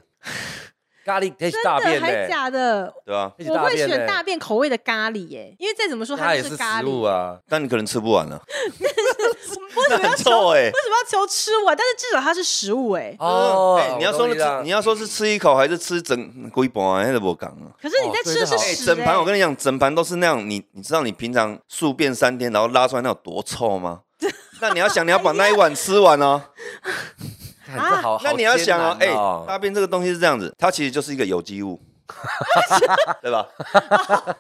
Speaker 2: 咖喱 taste 大
Speaker 1: 真的
Speaker 2: 便
Speaker 1: 还
Speaker 2: 呢，
Speaker 1: 假的？
Speaker 3: 对吧、
Speaker 2: 一起
Speaker 1: 我会
Speaker 2: 便
Speaker 1: 选
Speaker 2: 呢
Speaker 1: 大便口味的咖喱耶、因为再怎么说
Speaker 2: 它
Speaker 1: 它
Speaker 2: 也
Speaker 1: 就是是咖
Speaker 2: 食
Speaker 1: 喱
Speaker 2: 物。啊，
Speaker 3: 但你可能吃不完了、
Speaker 1: 我
Speaker 3: 那 很臭哎、
Speaker 1: 为什么要求吃完？但是至少它是食物哎、
Speaker 2: 哦
Speaker 3: 哎，你要说是吃，你要说是吃一口还是吃整龟盘，那都不讲啊。
Speaker 1: 可是你
Speaker 2: 哦
Speaker 1: 在
Speaker 2: 所
Speaker 1: 吃的
Speaker 2: 以这
Speaker 1: 是
Speaker 2: 好
Speaker 3: 哎、
Speaker 1: 屎、
Speaker 3: 整盘我
Speaker 1: 哎
Speaker 3: 跟你讲，整盘都是那样。你你知道你平常宿便三天，然后拉出来那有多臭吗？那你要想，你要把那一碗吃完哦。
Speaker 2: 看这好，
Speaker 3: 那你要想
Speaker 2: 啊
Speaker 3: 哦，，哎、大便这个东西是这样子，它其实就是一个有机物，对吧？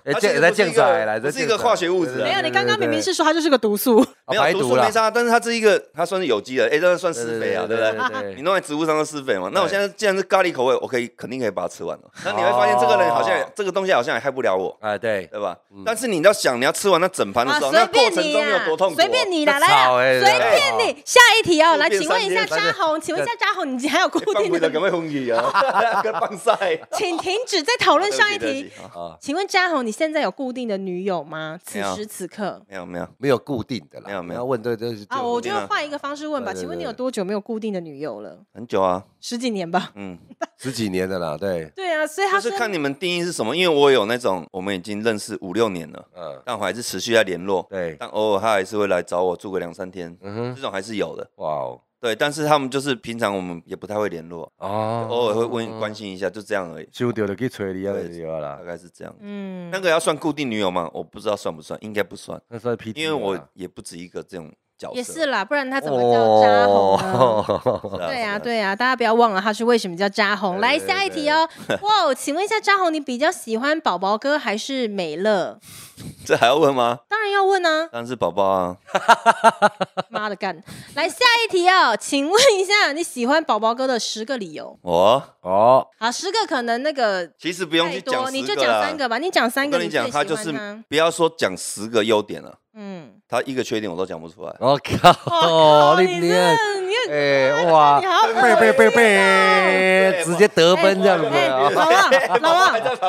Speaker 2: 哎，
Speaker 3: 它其
Speaker 2: 健
Speaker 3: 实不
Speaker 2: 在
Speaker 3: 是
Speaker 2: 健
Speaker 3: 一个
Speaker 2: 仔来，
Speaker 3: 不
Speaker 2: 这
Speaker 3: 是一个化学物质啊
Speaker 1: 哎没有，你刚刚明明是说它就是个毒 素，
Speaker 3: 没有
Speaker 2: 哦排
Speaker 3: 毒
Speaker 2: 毒
Speaker 3: 素
Speaker 2: 啦
Speaker 3: 没，差，但是它是一个，它算是有机的，哎、这算施肥啊，对不对？
Speaker 2: 对
Speaker 3: 你弄在植物上都施肥嘛？那我
Speaker 2: 对
Speaker 3: 现在既然是咖喱口味，我可以肯定可以把它吃完了。那你会发现这个人好像也、
Speaker 2: 哦
Speaker 3: 这个东西好像也害不了我，
Speaker 2: 哎对，
Speaker 3: 对吧？但是你要想，你要吃完那整盘的时候，
Speaker 1: 啊
Speaker 3: 那
Speaker 1: 随
Speaker 3: 过
Speaker 1: 便
Speaker 3: 程
Speaker 1: 你
Speaker 3: 中有
Speaker 1: 啊
Speaker 3: 多痛苦、啊？哎
Speaker 1: 随便你啦，
Speaker 2: 那
Speaker 1: 来啊
Speaker 2: 草欸
Speaker 1: 随便你。下一题哦，来，请问一下
Speaker 3: 三哎
Speaker 1: 扎红，请问一下扎红，你还有固
Speaker 3: 放
Speaker 1: 定
Speaker 3: 回
Speaker 1: 的
Speaker 3: 的？会红雨啊，跟放晒。
Speaker 1: 请停止在 讨论上一
Speaker 3: 对不
Speaker 1: 题
Speaker 3: 起。对不起啊
Speaker 2: 啊，
Speaker 1: 请问扎红，你现在有固定的女友吗？此
Speaker 3: 没有
Speaker 1: 时此刻
Speaker 3: 没有没有，
Speaker 2: 没有固定的啦，
Speaker 3: 没有没有
Speaker 2: 要问对就是
Speaker 1: 啊，我
Speaker 3: 定
Speaker 1: 觉
Speaker 3: 啊
Speaker 1: 得换一个方式问吧。
Speaker 2: 对对
Speaker 1: 请问你
Speaker 2: 对
Speaker 1: 有多久没有固定的女友了？
Speaker 3: 很久啊，
Speaker 1: 十几年吧。
Speaker 3: 嗯，
Speaker 2: 十几年的啦，对，
Speaker 1: 对啊，所以
Speaker 3: 就
Speaker 1: 他
Speaker 3: 是
Speaker 1: 说
Speaker 3: 看你们定义是什么。因为我有那种我们已经认识五六年了，
Speaker 2: 嗯，
Speaker 3: 但我还是持续在联络，
Speaker 2: 对，
Speaker 3: 但偶尔他还是会来找我住个两三天，
Speaker 2: 嗯哼，
Speaker 3: 这种还是有的。
Speaker 2: 哇哦，
Speaker 3: 对，但是他们就是平常我们也不太会联络，
Speaker 2: 哦，
Speaker 3: 偶尔会问关心一下，就这样而已，
Speaker 2: 修掉了去催你啊，
Speaker 3: 对
Speaker 2: 对吧
Speaker 3: 大
Speaker 2: 啦？
Speaker 3: 概是这样。
Speaker 1: 嗯
Speaker 3: 那，个要算固定女友吗？我不知道算不算，应该不算，
Speaker 2: 那算 P，
Speaker 3: 因为我也不止一个这种角色。哦
Speaker 1: 也是
Speaker 3: 啦，
Speaker 1: 啦，不然他怎么叫扎红嗯呢？
Speaker 2: 哦，
Speaker 1: 对呀、
Speaker 3: 是
Speaker 1: 啊，，对呀、啊，大家不要忘了他是为什么叫扎红。
Speaker 2: 对
Speaker 1: 来
Speaker 2: 对
Speaker 1: 下一
Speaker 2: 对
Speaker 1: 题哦。哇，请问一下扎红，你比较喜欢宝宝哥还是美乐？
Speaker 3: 这还要问吗？
Speaker 1: 当然要问啊，
Speaker 3: 当然是宝宝啊，
Speaker 1: 妈的干！来下一题哦，请问一下你喜欢宝宝哥的十个理由？
Speaker 3: 我啊
Speaker 2: 哦，
Speaker 1: 好，十个可能那个
Speaker 3: 其实不用
Speaker 1: 太
Speaker 3: 去讲
Speaker 1: 多，
Speaker 3: 十
Speaker 1: 你就
Speaker 3: 个
Speaker 1: 讲
Speaker 3: 啦
Speaker 1: 三个吧，你讲三
Speaker 3: 我
Speaker 1: 个
Speaker 3: 跟你
Speaker 1: 最
Speaker 3: 讲，
Speaker 1: 喜欢
Speaker 3: 他
Speaker 1: 他
Speaker 3: 就是不要说讲十个优点了，
Speaker 1: 嗯，
Speaker 3: 他一个缺点我都讲不出 来。
Speaker 2: 我
Speaker 1: 哇
Speaker 2: 靠，
Speaker 1: 靠
Speaker 2: 你
Speaker 1: 你
Speaker 2: 你
Speaker 1: 这你也
Speaker 2: 哎哇
Speaker 1: 你，好恶
Speaker 2: 背背背
Speaker 3: 对
Speaker 2: 背，直接得分这样子
Speaker 1: 哎
Speaker 2: 啊！
Speaker 1: 老王，老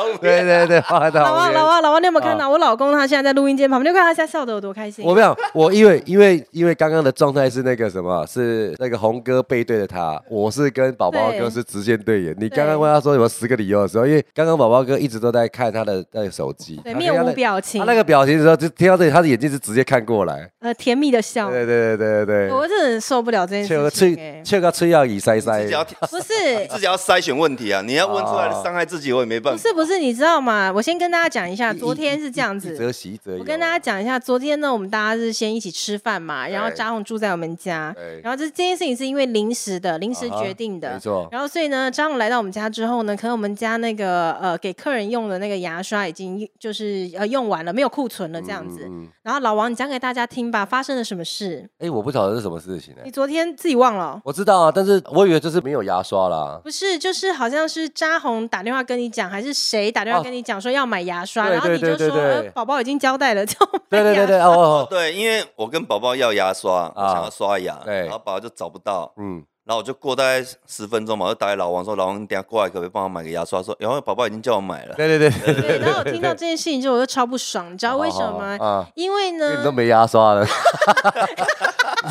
Speaker 1: 王，
Speaker 2: 对对对，哇
Speaker 1: 老王，老王，老王，你有没有看
Speaker 2: 啊
Speaker 1: 到我老公他现在在录音间旁边？你有看他现在笑得有多开心？
Speaker 2: 我没有，我因为因为因为刚刚的状态是那个什么，是那个红哥背对着他，我是跟宝宝哥
Speaker 1: 对
Speaker 2: 是直线对眼。你刚刚问他说有没有十个理由的时候，因为刚刚宝宝哥一直都在看他的那个手机，
Speaker 1: 对
Speaker 2: 他
Speaker 1: 面
Speaker 2: 看
Speaker 1: 无
Speaker 2: 他
Speaker 1: 表
Speaker 2: 那
Speaker 1: 情
Speaker 2: 他，那个表情的时候，就听到这里，他的眼睛是直接看过来。
Speaker 1: 呃，甜蜜的笑。
Speaker 2: 对对对对对
Speaker 1: 我真的很受不了这件
Speaker 2: 切个
Speaker 1: 事情、
Speaker 2: 吹
Speaker 1: 欸。
Speaker 2: 切个吹要以塞
Speaker 3: 自
Speaker 2: 塞
Speaker 3: 己，要
Speaker 1: 不是
Speaker 3: 自己要筛选问题啊，你要问出来
Speaker 2: 哦
Speaker 3: 伤害自己，我也没办
Speaker 1: 不
Speaker 3: 法。
Speaker 1: 是不是，你知道吗？我先跟大家讲一下，
Speaker 2: 一
Speaker 1: 啊昨天是这样
Speaker 2: 一
Speaker 1: 子
Speaker 2: 则。喜一则忧。
Speaker 1: 我跟大家讲一下，昨天呢，我们大家是先一起吃饭嘛，然后
Speaker 2: 对
Speaker 1: 扎红住在我们家
Speaker 2: 对，
Speaker 1: 然后这这件事情是因为临时的，临时
Speaker 2: 啊哈
Speaker 1: 决定的，
Speaker 2: 没错，
Speaker 1: 然后所以呢，张勇来到我们家之后呢，可能我们家那个呃给客人用的那个牙刷已经就是呃用完了，没有库存了这样子。
Speaker 2: 嗯。嗯嗯
Speaker 1: 然后老王，你讲给大家听吧，发生了什么事？
Speaker 2: 哎，我不晓得是什么事情呢
Speaker 1: 你。昨天自己忘了哦？
Speaker 2: 我知道啊，但是我以为就是没有牙刷啦。
Speaker 1: 不是，就是好像是扎红打电话跟你讲，还是谁打电话跟你讲说要买牙刷，
Speaker 2: 哦哦对
Speaker 1: 然后你就
Speaker 2: 对对
Speaker 1: 说
Speaker 2: 对
Speaker 1: 呃
Speaker 2: 对
Speaker 1: 宝宝已经交代了，叫我买
Speaker 2: 对对对
Speaker 1: 牙
Speaker 2: 对，哦哦，哦
Speaker 3: 对，因为我跟宝宝要牙刷，我
Speaker 2: 啊
Speaker 3: 想要刷牙，
Speaker 2: 对
Speaker 3: 然后宝宝就找不到，
Speaker 2: 嗯，
Speaker 3: 然后我就过大概十分钟嘛，我就打给老王说：“老王，你等下过来可不可以帮我买个牙刷？”说：“然后宝宝已经叫我买了。
Speaker 2: 对对对对
Speaker 1: 对，然后我听到这件事情之后，我就超不爽，你知道为什么嗯吗？
Speaker 2: 哦啊，
Speaker 1: 因为
Speaker 2: 因为你都
Speaker 1: 呢，
Speaker 2: 没牙 刷了，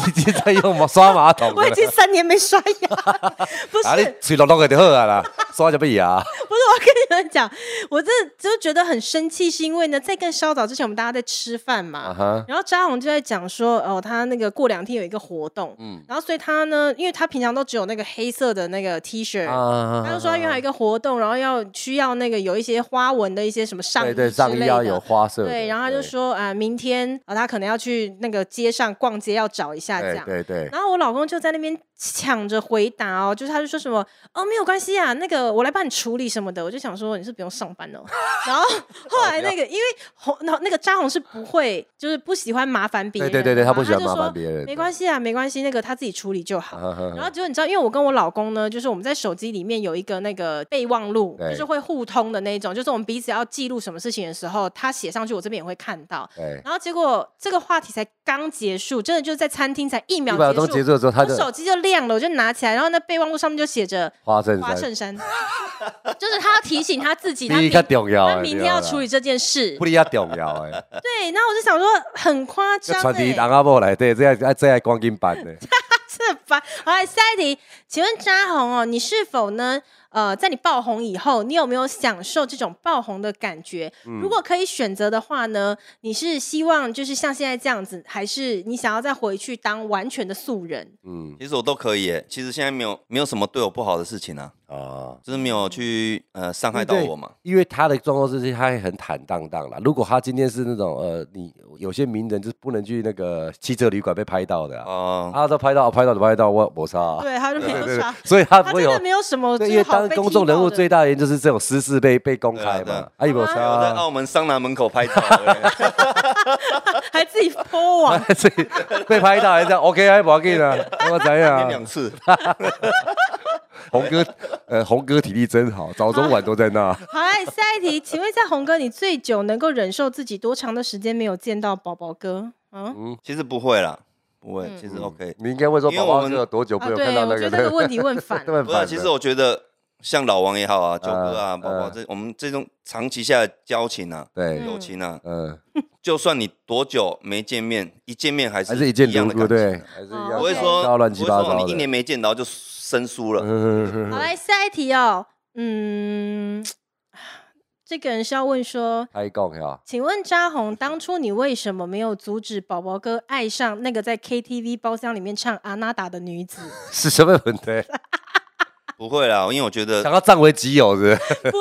Speaker 2: 已经在用马刷马桶了
Speaker 1: 我已。经三年没刷 牙，不
Speaker 2: 啊，
Speaker 1: 是
Speaker 2: 你。嘴落落的就好啊啦，刷就被牙。
Speaker 1: 不是，我跟你们讲，我真的就觉得很生气，是因为呢，在更稍早之前，我们大家在吃饭嘛，
Speaker 2: 啊哈，
Speaker 1: 然后扎红就在讲说，哦，他那个过两天有一个活动，
Speaker 2: 嗯
Speaker 1: 然后所以他呢，因为他平常都只有那个黑色的那个 T 恤。
Speaker 2: 啊
Speaker 1: 他就说，因为还有一个活动，然后要需要那个有一些花纹的一些什么上衣
Speaker 2: 对对，上
Speaker 1: 之
Speaker 2: 衣
Speaker 1: 类
Speaker 2: 要
Speaker 1: 的
Speaker 2: 有花色的。
Speaker 1: 对，然后他就说，啊、明天啊、他可能要去那个街上逛街，要找一下这
Speaker 2: 对，
Speaker 1: 样。
Speaker 2: 对对对，
Speaker 1: 然后我老公就在那边抢着回答哦，就是他就说什么哦没有关系啊，那个我来帮你处理什么的。我就想说你是不用上班哦。 然 后后
Speaker 2: 哦
Speaker 1: 来那个因为红，然后那个张红是不会，就是不喜欢麻烦别
Speaker 2: 对
Speaker 1: 人，
Speaker 2: 对对对，他不喜欢
Speaker 1: 就
Speaker 2: 麻
Speaker 1: 说
Speaker 2: 烦别人。啊
Speaker 1: 没关系啊，没关系，那个他自己处理就好。然
Speaker 2: 系，
Speaker 1: 后结果你知道，因为我跟我老公呢，就是我们在手机里面有一个那个备忘录，
Speaker 2: 对
Speaker 1: 就是会互通的那一种，就是我们彼此要记录什么事情的时候，他写上去，我这边也会看到。
Speaker 2: 对，
Speaker 1: 然后结果这个话题才刚结束，真的就是在餐厅才一秒
Speaker 2: 一秒钟
Speaker 1: 结
Speaker 2: 结束的时候，他
Speaker 1: 我
Speaker 2: 就
Speaker 1: 手机就亮了，我就拿起来，然后那备忘录上面就写 着
Speaker 2: 花衬
Speaker 1: 花
Speaker 2: 衫，
Speaker 1: 衬衫， 就是他要提醒他自己，他
Speaker 2: 啊第一
Speaker 1: 明
Speaker 2: 个重要的，
Speaker 1: 他明天要处理这件事
Speaker 2: 不。离较重要诶，
Speaker 1: 对，然后我就想说很夸
Speaker 2: 就
Speaker 1: 张、
Speaker 2: 传递
Speaker 1: 欸，
Speaker 2: 人阿某来对，这样这样光金版的，
Speaker 1: 这烦。好，来下一题，请问扎红哦，你是否呢？呃，在你爆红以后，你有没有享受这种爆红的感觉？
Speaker 2: 嗯
Speaker 1: 如果可以选择的话呢，你是希望就是像现在这样子，还是你想要再回去当完全的素人？
Speaker 2: 嗯
Speaker 3: 其实我都可以耶，其实现在没有没有什么对我不好的事情啊，
Speaker 2: 啊，
Speaker 3: 就是没有去呃伤害到
Speaker 2: 对
Speaker 3: 我嘛。
Speaker 2: 因为他的状况是，他也很坦荡荡啦。如果他今天是那种呃，你有些名人就是不能去那个汽车旅馆被拍到的啊，
Speaker 3: 哦、
Speaker 2: 啊，都拍到拍到的拍到，我我杀、啊，
Speaker 1: 对，他就没有啥，
Speaker 2: 所以他
Speaker 1: 他
Speaker 2: 不会
Speaker 1: 真
Speaker 2: 有
Speaker 1: 的没有什么，
Speaker 2: 对，
Speaker 1: 就
Speaker 2: 因为
Speaker 1: 是好
Speaker 2: 当
Speaker 1: 被
Speaker 2: 公众
Speaker 1: 踢爆
Speaker 2: 人物
Speaker 1: 的
Speaker 2: 最大的原因就是这种私事被被公
Speaker 3: 对啊
Speaker 2: 开
Speaker 3: 对
Speaker 2: 嘛
Speaker 3: 啊，
Speaker 2: 啊，有
Speaker 1: 好
Speaker 2: 差
Speaker 3: 我在
Speaker 2: 啊，
Speaker 3: 澳门桑拿门口拍照耶，
Speaker 1: 还自 己泼网，
Speaker 2: 所以被拍到还这样，OK 还不要紧啊，我怎
Speaker 3: 连
Speaker 2: 样
Speaker 3: 两？次。
Speaker 2: 红哥，呃，红哥体力真好，早中晚都在 那。
Speaker 1: 好，来下一题，请问一下红哥，你最久能够忍受自己多长的时间没有见到宝宝哥？嗯，
Speaker 3: 其实不会啦，不会，其实 OK。
Speaker 2: 你应该会说，
Speaker 3: 因为
Speaker 2: 宝
Speaker 3: 我
Speaker 2: 宝
Speaker 3: 们
Speaker 2: 哥有多久
Speaker 1: 啊，
Speaker 2: 没有
Speaker 1: 对
Speaker 2: 看，到
Speaker 1: 我
Speaker 2: 那
Speaker 1: 觉
Speaker 2: 个？
Speaker 1: 得这个问题问 反
Speaker 2: 都很
Speaker 3: 不是啊，
Speaker 2: 烦。
Speaker 3: 其实我觉得像老王也好啊，九哥啊，
Speaker 2: 嗯
Speaker 3: 宝宝
Speaker 2: 嗯
Speaker 3: 这我们这种长期下来交情啊，
Speaker 2: 对，
Speaker 3: 友情啊，
Speaker 2: 嗯，
Speaker 3: 就算你多久没见面，一见面还是
Speaker 2: 还是一见
Speaker 3: 样
Speaker 2: 如
Speaker 3: 的
Speaker 2: 故，
Speaker 3: 感
Speaker 2: 对
Speaker 3: 情，
Speaker 2: 还是一
Speaker 1: 哦
Speaker 2: 样
Speaker 3: 不会
Speaker 1: 对
Speaker 3: 说
Speaker 2: 到乱七八
Speaker 3: 不会
Speaker 2: 糟
Speaker 3: 说
Speaker 2: 的
Speaker 3: 你一。年没见，然后就生疏了。
Speaker 2: 嗯
Speaker 1: 好，来下一题哦。嗯，这个人是要问说，
Speaker 2: 开讲呀，
Speaker 1: 请问扎红，当初你为什么没有阻止宝宝哥爱上那个在 KTV 包厢里面唱阿娜达的女子？
Speaker 2: 是什么问题？
Speaker 3: 不会啦，因为我觉得
Speaker 2: 想要占为己有是不是？
Speaker 1: 不是，就是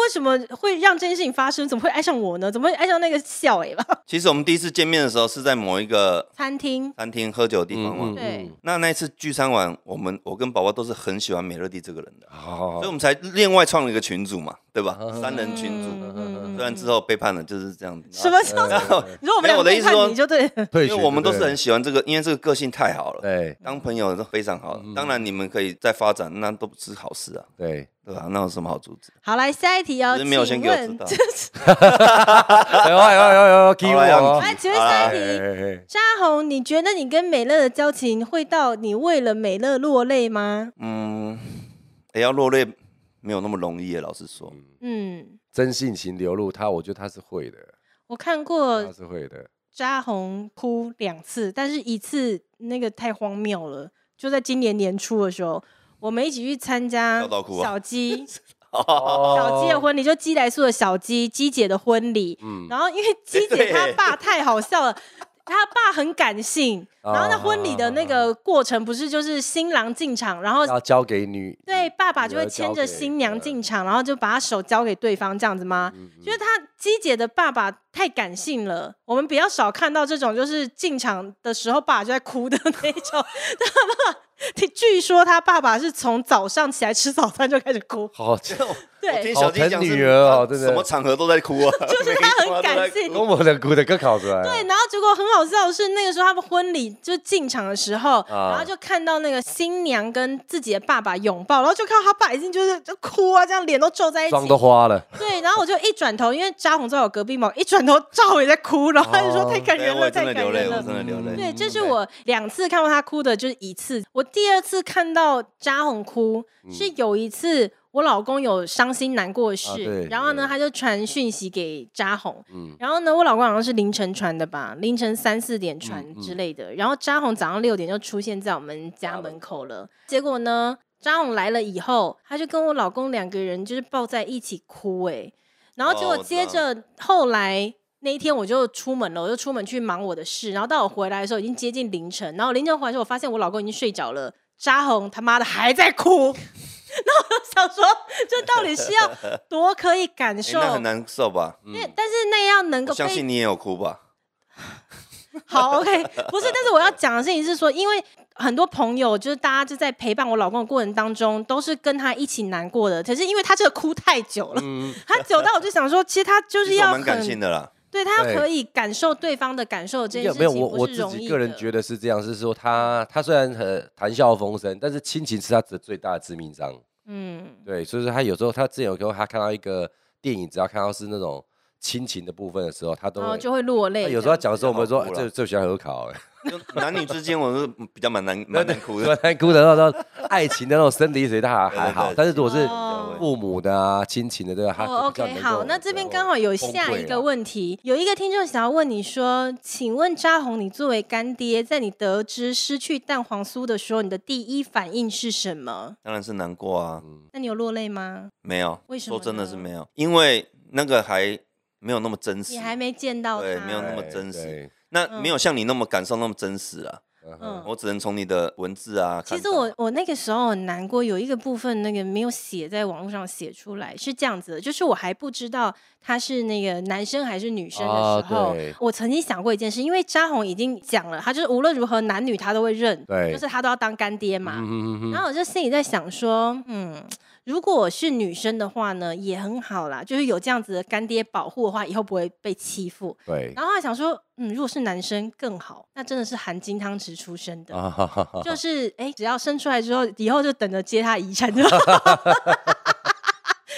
Speaker 1: 为什么会让这件事情发生？怎么会爱上我呢？怎么会爱上那个小尾巴
Speaker 3: 其实我们第一次见面的时候是在某一个
Speaker 1: 餐厅？
Speaker 3: 餐厅喝酒的地方嘛。
Speaker 2: 嗯
Speaker 1: 对，
Speaker 3: 那那一次聚餐完，我们我跟宝宝都是很喜欢美乐蒂这个人的，
Speaker 2: 好
Speaker 3: 所以我们才另外创了一个群组嘛，对吧？
Speaker 2: 嗯
Speaker 3: 三人群组，
Speaker 1: 嗯嗯嗯
Speaker 3: 虽然之后背叛了，就是这样 子。
Speaker 1: 什么叫
Speaker 2: 然
Speaker 1: 做？你说我们
Speaker 3: 没
Speaker 1: 俩
Speaker 3: 有我的意
Speaker 1: 背
Speaker 3: 思
Speaker 1: 叛
Speaker 3: 说
Speaker 1: 你就对了，
Speaker 2: 退
Speaker 3: 因
Speaker 2: 学
Speaker 3: 为我们都是
Speaker 2: 对
Speaker 3: 很喜欢这个，因为这个个性太好了，
Speaker 2: 对嗯
Speaker 3: 当朋友都非常好，当然你们可以再发展，那都是好事啊，
Speaker 2: 对，
Speaker 3: 对吧？那有什么好阻止？
Speaker 1: 好，来下一题哦。
Speaker 3: 只是没有
Speaker 1: 请
Speaker 3: 先给我知
Speaker 1: 问
Speaker 3: 道，
Speaker 2: 哎呦哎呦哎呦哎呦，踢我哦！
Speaker 1: 来，请问下一
Speaker 2: 哎
Speaker 1: 题，
Speaker 2: 哎哎
Speaker 1: 扎红，你觉得你跟美乐的交情会到你为了美乐落泪吗？
Speaker 3: 嗯，也要落泪没有那么容易耶，老实说，
Speaker 1: 嗯，
Speaker 2: 真性情流露，他我觉得他是会的，
Speaker 1: 我看
Speaker 2: 他
Speaker 1: 过
Speaker 2: 是会的。
Speaker 1: 扎红哭两次，但是一次那个太荒谬了，就在今年年初的时候。我们一起去参加
Speaker 3: 笑到哭啊
Speaker 1: 小鸡、小
Speaker 2: 小
Speaker 1: 鸡的婚礼，就鸡来素的小鸡鸡姐的婚礼。
Speaker 2: 嗯
Speaker 1: 然后因为鸡姐
Speaker 3: 对
Speaker 1: 她爸太好笑了，她爸很感性。
Speaker 2: 哦
Speaker 1: 然后那婚礼的那个过程不是就是新郎进场，然后
Speaker 2: 要交给女
Speaker 1: 对，爸爸就
Speaker 2: 女
Speaker 1: 会
Speaker 2: 儿
Speaker 1: 牵
Speaker 2: 嗯交
Speaker 1: 着
Speaker 2: 给啊
Speaker 1: 新娘进场，然后就把她手交给对方，这样子吗？
Speaker 2: 嗯
Speaker 1: 就是他鸡姐的爸爸太感性了，我们比较少看到这种就是进场的时候爸爸就在哭的那种。 他爸，据说他爸爸是从早上起来吃早餐就开始哭，
Speaker 2: 好，
Speaker 3: 我听
Speaker 1: 对，
Speaker 3: 小鸡讲
Speaker 2: 好疼
Speaker 3: 是
Speaker 2: 女儿哦真的
Speaker 3: 什么场合都在哭啊，
Speaker 1: 就是他很感 性。
Speaker 2: 跟我的骨的更烤出来。
Speaker 1: 对，，然后结果很好笑的是，那个时候他们婚礼就进场的时候，
Speaker 2: 啊
Speaker 1: 然后就看到那个新娘跟自己的爸爸拥抱，然后就看到他爸已经就是就哭啊，这样脸都皱在一起，
Speaker 2: 妆都花了。
Speaker 1: 对，然后我就一转头，因为扎红在我隔壁嘛，我一转头赵伟在哭，然后他就说
Speaker 2: 哦
Speaker 1: 太感
Speaker 3: 对
Speaker 1: 人
Speaker 3: 哎我
Speaker 1: 了，
Speaker 3: 也真
Speaker 1: 太
Speaker 3: 的
Speaker 1: 感
Speaker 3: 流泪，
Speaker 1: 人
Speaker 3: 我
Speaker 1: 了
Speaker 3: 真。的流泪。嗯
Speaker 1: 对，这是
Speaker 3: 对哎
Speaker 1: 我两次看到他哭的，就是一次。我第二次看到扎红哭，
Speaker 3: 嗯
Speaker 1: 是有一次我老公有伤心难过的
Speaker 2: 啊
Speaker 1: 事，
Speaker 2: 对
Speaker 1: 然后呢，
Speaker 2: 对
Speaker 1: 他就传讯息给扎红，
Speaker 2: 嗯
Speaker 1: 然后呢，我老公好像是凌晨传的吧，凌晨三四点传
Speaker 2: 嗯嗯
Speaker 1: 之类的。然后扎红早上六点就出现在我们家门口了。结果呢，扎红来了以后，他就跟我老公两个人就是抱在一起哭、欸，然后结果
Speaker 3: 哦我知道
Speaker 1: 接着后来。那一天我就出门了，我就出门去忙我的事，然后到我回来的时候已经接近凌晨，然后凌晨回来的时候，我发现我老公已经睡着了，扎红他妈的还在哭， 然后我就想说这到底是要 多可以感
Speaker 3: 哎
Speaker 1: 受？
Speaker 3: 那很难受吧？
Speaker 1: 因为但是那样能
Speaker 3: 我
Speaker 1: 够
Speaker 3: 相
Speaker 1: 被
Speaker 3: 信你也有哭吧？
Speaker 1: 好，OK，不是，但是我要讲的事情是说，因为很多朋友就是大家就在陪伴我老公的过程当中，都是跟他一起难过的。可是因为他这个哭太久了，
Speaker 2: 嗯，
Speaker 1: 他久到我就想说，其实他就
Speaker 3: 其
Speaker 1: 是
Speaker 3: 实我
Speaker 1: 要
Speaker 3: 蛮感性
Speaker 1: 很
Speaker 3: 的 啦，
Speaker 1: 对他
Speaker 2: 对
Speaker 1: 要可以感受对方的感受，这件
Speaker 2: 有
Speaker 1: 事
Speaker 2: 没有？
Speaker 1: 情
Speaker 2: 我我
Speaker 1: 不是
Speaker 2: 自
Speaker 1: 容易
Speaker 2: 己
Speaker 1: 的。
Speaker 2: 个人觉得是这样，是说他他虽然很谈笑风生，但是亲情是他的最大的致命伤。
Speaker 1: 嗯，
Speaker 2: 对，所以说他有时候他之前有给我他看到一个电影，只要看到是那种亲情的部分的时候，他都
Speaker 1: 然后
Speaker 2: 会。
Speaker 1: 哦就会落
Speaker 2: 他
Speaker 1: 泪。
Speaker 2: 有时候他讲的时候，我们说
Speaker 3: 好哭
Speaker 2: 哎
Speaker 3: 了
Speaker 2: 这这喜欢和考 哎。
Speaker 3: 就男女之间我是比较蛮难蛮难哭的。
Speaker 2: 蛮难哭的那种爱情的那种生离死别，他还
Speaker 3: 对对
Speaker 2: 还好。
Speaker 3: 对
Speaker 2: 但是如果是
Speaker 1: 哦
Speaker 2: 父母的啊、亲情的，对吧？他
Speaker 1: 哦
Speaker 2: 比较能
Speaker 1: ，OK，
Speaker 2: 够
Speaker 1: 好，那这边刚好有下一个，问题，有一个听众想要问你说，请问扎红，你作为干爹，在你得知失去蛋黄酥的时候，你的第一反应是什么？
Speaker 3: 当然是难过啊，
Speaker 1: 那你有落泪吗？
Speaker 3: 没有，
Speaker 1: 为什么
Speaker 3: 说真的
Speaker 1: 呢
Speaker 3: 是没有，因为那个还没有那么真实，
Speaker 1: 你还没见到他，
Speaker 3: 对没有那
Speaker 2: 崩溃
Speaker 3: 么
Speaker 2: 了
Speaker 3: 真实
Speaker 2: 对
Speaker 3: 那没有像你那么感受那么真实啊。
Speaker 2: 对嗯
Speaker 1: 嗯。
Speaker 3: 我只能从你的文字啊，
Speaker 1: 其
Speaker 3: 看
Speaker 1: 实
Speaker 3: 到
Speaker 1: 我我那个时候很难过，有一个部分那个没有写在网络上写出来，是这样子的，就是我还不知道他是那个男生还是女生的
Speaker 2: 哦
Speaker 1: 时候，
Speaker 2: 对
Speaker 1: 我曾经想过一件事，因为扎红已经讲了，他就是无论如何男女他都会认，
Speaker 2: 对
Speaker 1: 就是他都要当干爹嘛，
Speaker 2: 嗯嗯嗯嗯
Speaker 1: 然后我就心里在想说，嗯，如果我是女生的话呢，也很好啦，就是有这样子的干爹保护的话，以后不会被欺负。
Speaker 2: 对
Speaker 1: 然后还想说，嗯，如果是男生更好，那真的是含金汤匙出生的。
Speaker 2: 啊哈哈 哈
Speaker 1: 就是哎、诶只要生出来之后，以后就等着接他遗产就好，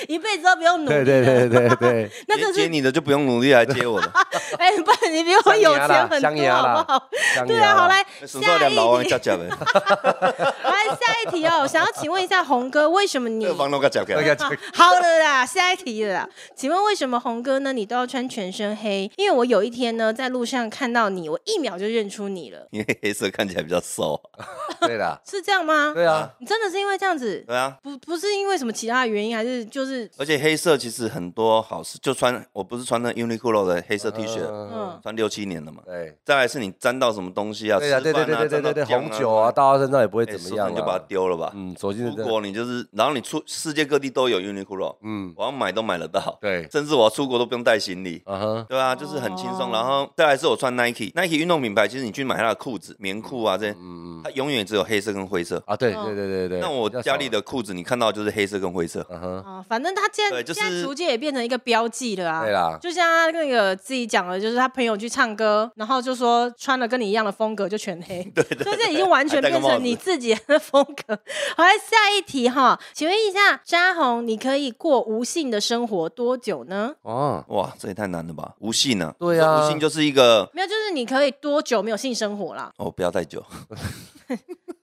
Speaker 1: 一辈子都不用努力
Speaker 2: 对
Speaker 1: 了。
Speaker 2: 对对对 对，
Speaker 1: 那
Speaker 3: 接
Speaker 1: 这
Speaker 3: 接
Speaker 1: 是
Speaker 3: 你的就不用努力来接 我了，
Speaker 1: 哎、不然你比我
Speaker 2: 香
Speaker 1: 有
Speaker 2: 牙
Speaker 1: 钱
Speaker 2: 啦
Speaker 1: 很
Speaker 2: 香
Speaker 1: 多，
Speaker 2: 牙
Speaker 1: 好
Speaker 2: 啦
Speaker 1: 不好？
Speaker 2: 香
Speaker 1: 对
Speaker 2: 牙
Speaker 1: 啊，好
Speaker 2: 啦
Speaker 1: 来，
Speaker 3: 什么时
Speaker 1: 下
Speaker 3: 候两
Speaker 1: 一
Speaker 3: 老啊王
Speaker 1: 题，
Speaker 3: 夹夹 的？
Speaker 1: 来下一题哦。我想要请问一下红哥，为什么你 啊
Speaker 3: 那个房东夹夹
Speaker 2: 那
Speaker 3: 的，
Speaker 2: 个这个
Speaker 1: 好了啦，下一题了啦。请问为什么红哥呢？你都要穿全身黑？因为我有一天呢，在路上看到你，我一秒就认出你了，
Speaker 3: 因为黑色看起来比较瘦啊。
Speaker 2: 对啦，
Speaker 1: 是这样 吗？
Speaker 2: 对啊，
Speaker 1: 你真的是因为这样子，
Speaker 3: 对啊，
Speaker 1: 不不是因为什么其他的原因，还是就是
Speaker 3: 而且黑色其实很多好事，就穿我不是穿那 Uniqlo 的黑色 T 恤，
Speaker 2: 嗯
Speaker 1: 嗯，
Speaker 3: 穿六七年了嘛。
Speaker 2: 对
Speaker 3: 再来是你沾到什么东西啊？
Speaker 2: 哎对啊，对对
Speaker 3: 吃饭
Speaker 2: 对对
Speaker 3: 沾
Speaker 2: 对
Speaker 3: 到
Speaker 2: 对对，
Speaker 3: 酱
Speaker 2: 红酒啊，倒到身上也不会
Speaker 3: 哎
Speaker 2: 怎么
Speaker 3: 说
Speaker 2: 样啊，
Speaker 3: 你就把它丢了吧。
Speaker 2: 嗯，走进
Speaker 3: 如
Speaker 2: 这
Speaker 3: 果你就是，然后你出世界各地都有 Uniqlo，
Speaker 2: 嗯，
Speaker 3: 我要买都买得到，
Speaker 2: 对，
Speaker 3: 甚至我要出国都不用带行李。
Speaker 2: 啊哈，
Speaker 3: 对啊，就是很轻松。
Speaker 1: 哦
Speaker 3: 然后再来是我穿 Nike，Nike 运动品牌，其实你去买它的裤子、棉裤啊这些，
Speaker 2: 嗯嗯
Speaker 3: 它永远只有黑色跟灰色。
Speaker 2: 啊，对
Speaker 1: 嗯
Speaker 2: 对对对对，
Speaker 3: 那我
Speaker 2: 比较
Speaker 3: 家里
Speaker 2: 少，
Speaker 3: 的裤子，你看到就是黑色跟灰色。
Speaker 2: 嗯哼，
Speaker 1: 啊，反正他现在
Speaker 3: 对就是
Speaker 1: 现在逐渐也变成一个标记了啊
Speaker 2: 对。啦，
Speaker 1: 就像他那个自己讲的，就是他朋友去唱歌，然后就说穿了跟你一样的风格就全 黑，对对所以这已经完全
Speaker 3: 还戴个
Speaker 1: 变成
Speaker 3: 帽子
Speaker 1: 你自己的风格。好，来下一题哈，请问一下，扎红，你可以过无性的生活多久呢？
Speaker 2: 哦，
Speaker 3: 哇，这也太难了吧！无性呢、啊？
Speaker 2: 对啊
Speaker 3: 无性就是一个
Speaker 1: 没有，就是你可以多久没有性生活啦？
Speaker 3: 哦，不要太久，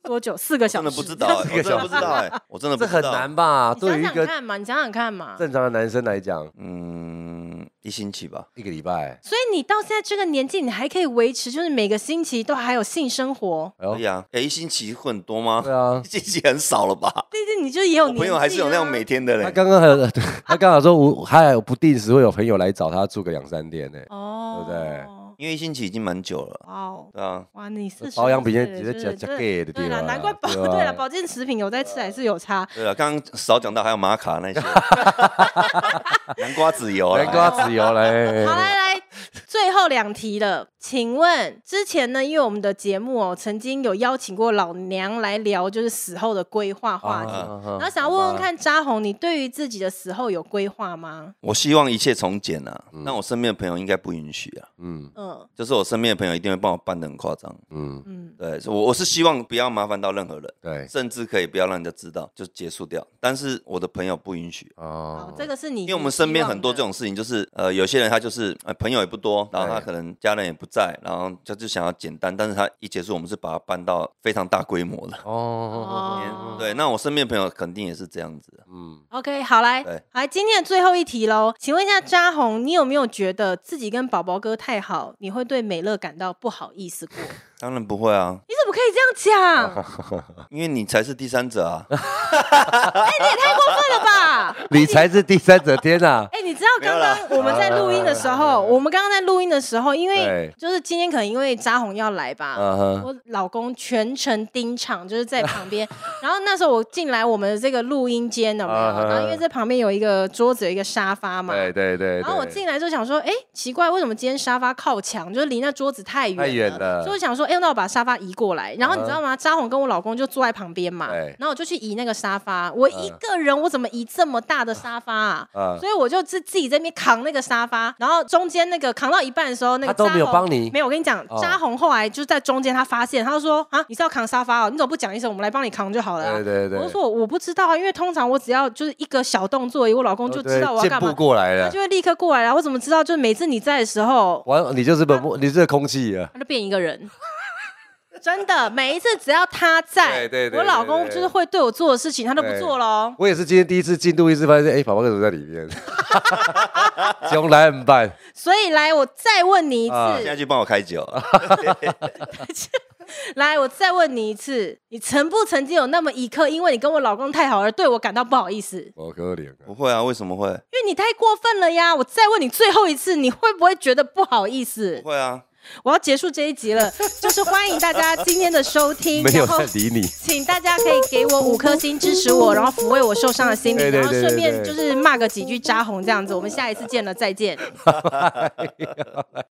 Speaker 1: 多久？四个小
Speaker 3: 真
Speaker 1: 时？
Speaker 3: 的不知道、欸，我真的不知道、欸，我真的不
Speaker 2: 这
Speaker 3: 知道
Speaker 2: 很。难吧？
Speaker 1: 你想
Speaker 2: 对于
Speaker 1: 想
Speaker 2: 一个
Speaker 1: 看嘛，啊你想想看嘛。
Speaker 2: 正常的男生来讲，
Speaker 3: 嗯，一星期吧。
Speaker 2: 一个礼拜，
Speaker 1: 所以你到现在这个年纪，你还可以维持，就是每个星期都还有性生活，
Speaker 2: 哎
Speaker 3: 可以
Speaker 2: 呦，
Speaker 3: 啊，哎、一星期会很多吗？
Speaker 2: 对啊
Speaker 3: 一。星期很少了吧？
Speaker 1: 毕竟你就也有
Speaker 3: 我
Speaker 1: 年纪、啊、
Speaker 3: 朋友还是有那种每天的
Speaker 2: 他
Speaker 3: 嘞。
Speaker 2: 刚刚还有， 对他刚好说无，他还有不定时会有朋友来找他住个两三天呢。
Speaker 1: 哦，
Speaker 2: 对不对
Speaker 3: 因为一星期已经蛮久了，
Speaker 1: 哇哦。
Speaker 3: 对啊，
Speaker 1: 哇，你是
Speaker 2: 保养品
Speaker 1: 也
Speaker 2: 直接讲讲 gay 的
Speaker 1: 对
Speaker 2: 地
Speaker 1: 啦，
Speaker 2: 方
Speaker 1: 难怪
Speaker 2: 啦
Speaker 1: 保
Speaker 2: 对吧
Speaker 1: 对了，保健食品有在吃还是有 差。
Speaker 3: 对啊，刚刚少讲到还有玛卡 那些，南瓜籽油啊，
Speaker 2: 南瓜籽油嘞，
Speaker 1: 好，来来，最后两题了。请问之前呢，因为我们的节目哦，曾经有邀请过老娘来聊，就是死后的规划话题。
Speaker 2: 啊
Speaker 1: 然后想要问问，看扎红，你对于自己的死后有规划吗？
Speaker 3: 我希望一切从简啊，那我身边的朋友应该不允许啊，
Speaker 2: 嗯
Speaker 1: 嗯
Speaker 3: 就是我身边的朋友一定会帮我办得很夸张。
Speaker 2: 嗯，
Speaker 1: 嗯，
Speaker 3: 对，所以我我是希望不要麻烦到任何人，
Speaker 2: 对，
Speaker 3: 甚至可以不要让人家知道，就结束掉。但是我的朋友不允许，
Speaker 1: 好
Speaker 2: 哦，，
Speaker 1: 这个是你
Speaker 3: 因为我们身边很多这
Speaker 1: 希望
Speaker 3: 种事情，就是呃，有些人他就是呃朋友也不多，然后他
Speaker 2: 对
Speaker 3: 可能家人也不在，然后他就想要简单，但是他一结束，我们是把它办到非常大规模的。
Speaker 2: 哦，
Speaker 1: 哦
Speaker 3: 对，那我身边的朋友肯定也是这样子。啊
Speaker 2: 嗯，
Speaker 1: 的 OK，好来
Speaker 3: 对，
Speaker 1: 来今天的最后一题喽。请问一下扎红，你有没有觉得自己跟宝宝哥太好，你会对美乐感到不好意思过？你
Speaker 3: 当然不会啊，
Speaker 1: 怎么可以这样讲？哎
Speaker 3: 因为你才是第三者啊。
Speaker 1: 对了吧？
Speaker 2: 你才是第三者，天 哪！
Speaker 1: 哎、你知道
Speaker 3: 没有
Speaker 1: 刚
Speaker 3: 啦
Speaker 1: 刚我们在录音的时候，我们刚刚在录音的时候，因为
Speaker 2: 对
Speaker 1: 就是今天可能因为扎红要来吧，
Speaker 2: 嗯哼，
Speaker 1: 我老公全程盯场，就是在旁边。然后那时候我进来我们的这个录音间了，有没有
Speaker 3: 嗯
Speaker 2: 啊哈
Speaker 1: 然后因为这旁边有一个桌子，有一个沙发嘛。
Speaker 2: 对对对，
Speaker 1: 然后我
Speaker 2: 对
Speaker 1: 进来就想说，哎，奇怪，为什么今天沙发靠墙，就是离那桌子太远
Speaker 2: 太远了嗯
Speaker 1: 所以我想说，哎，那我把沙发移过来。然后你知道吗？扎红跟我老公就坐在旁边嘛，
Speaker 2: 对嗯
Speaker 1: 然后我就去移那个沙发。我一个人，我怎么移这么大的沙发 啊？
Speaker 2: 啊，
Speaker 1: 所以我就自自己在那边扛那个沙发，然后中间那个扛到一半的时候，那个
Speaker 2: 他都
Speaker 1: 扎
Speaker 2: 没有
Speaker 1: 红
Speaker 2: 帮你
Speaker 1: 没有，我跟你讲，
Speaker 2: 哦
Speaker 1: 扎红后来就在中间，他发现，他就说啊，你是要扛沙发哦，你怎么不讲一声，我们来帮你扛就好了、啊。
Speaker 2: 对对对，
Speaker 1: 我就说我不知道啊，因为通常我只要就是一个小动作而已，我老公就知道我要
Speaker 2: 健
Speaker 1: 干
Speaker 2: 哦步
Speaker 1: 嘛，
Speaker 2: 过来
Speaker 1: 他
Speaker 2: 了，
Speaker 1: 就会立刻过来了。啊我怎么知道？就是每次你在的时候，
Speaker 2: 完，你就是本末，你是空气啊，
Speaker 1: 他就变一个人。 真的，每一次只要他在，
Speaker 2: 对对对
Speaker 1: 我老
Speaker 2: 对
Speaker 1: 公
Speaker 2: 对
Speaker 1: 就是会对我做的事情，他都不
Speaker 2: 对
Speaker 1: 做喽。
Speaker 2: 我也是今天第一次进录音室，发现哎，宝宝为什么在里面？ 熊来很办，
Speaker 1: 所以来，我再问你一次，
Speaker 2: 啊
Speaker 3: 现在去帮我开酒，
Speaker 1: 来，我再问你一次，你曾不曾经有那么一刻，因为你跟我老公太好而对我感到不好意思？因
Speaker 2: 我可怜啊。
Speaker 3: 不会啊？为什么会？
Speaker 1: 为你太过分了呀！我再问你最后一次，你会不会觉得不好意思
Speaker 3: 不？会啊？
Speaker 1: 我要结束这一集了，就是欢迎大家今天的收听，
Speaker 2: 没有
Speaker 1: 然后
Speaker 2: 在理你。
Speaker 1: 请大家可以给我五颗星支持我，然后抚慰我受伤的心灵，
Speaker 2: 对对
Speaker 1: 然后
Speaker 2: 对
Speaker 1: 顺
Speaker 2: 对
Speaker 1: 便就
Speaker 2: 对
Speaker 1: 是骂个几句扎红这样子。我们下一次见了，再见。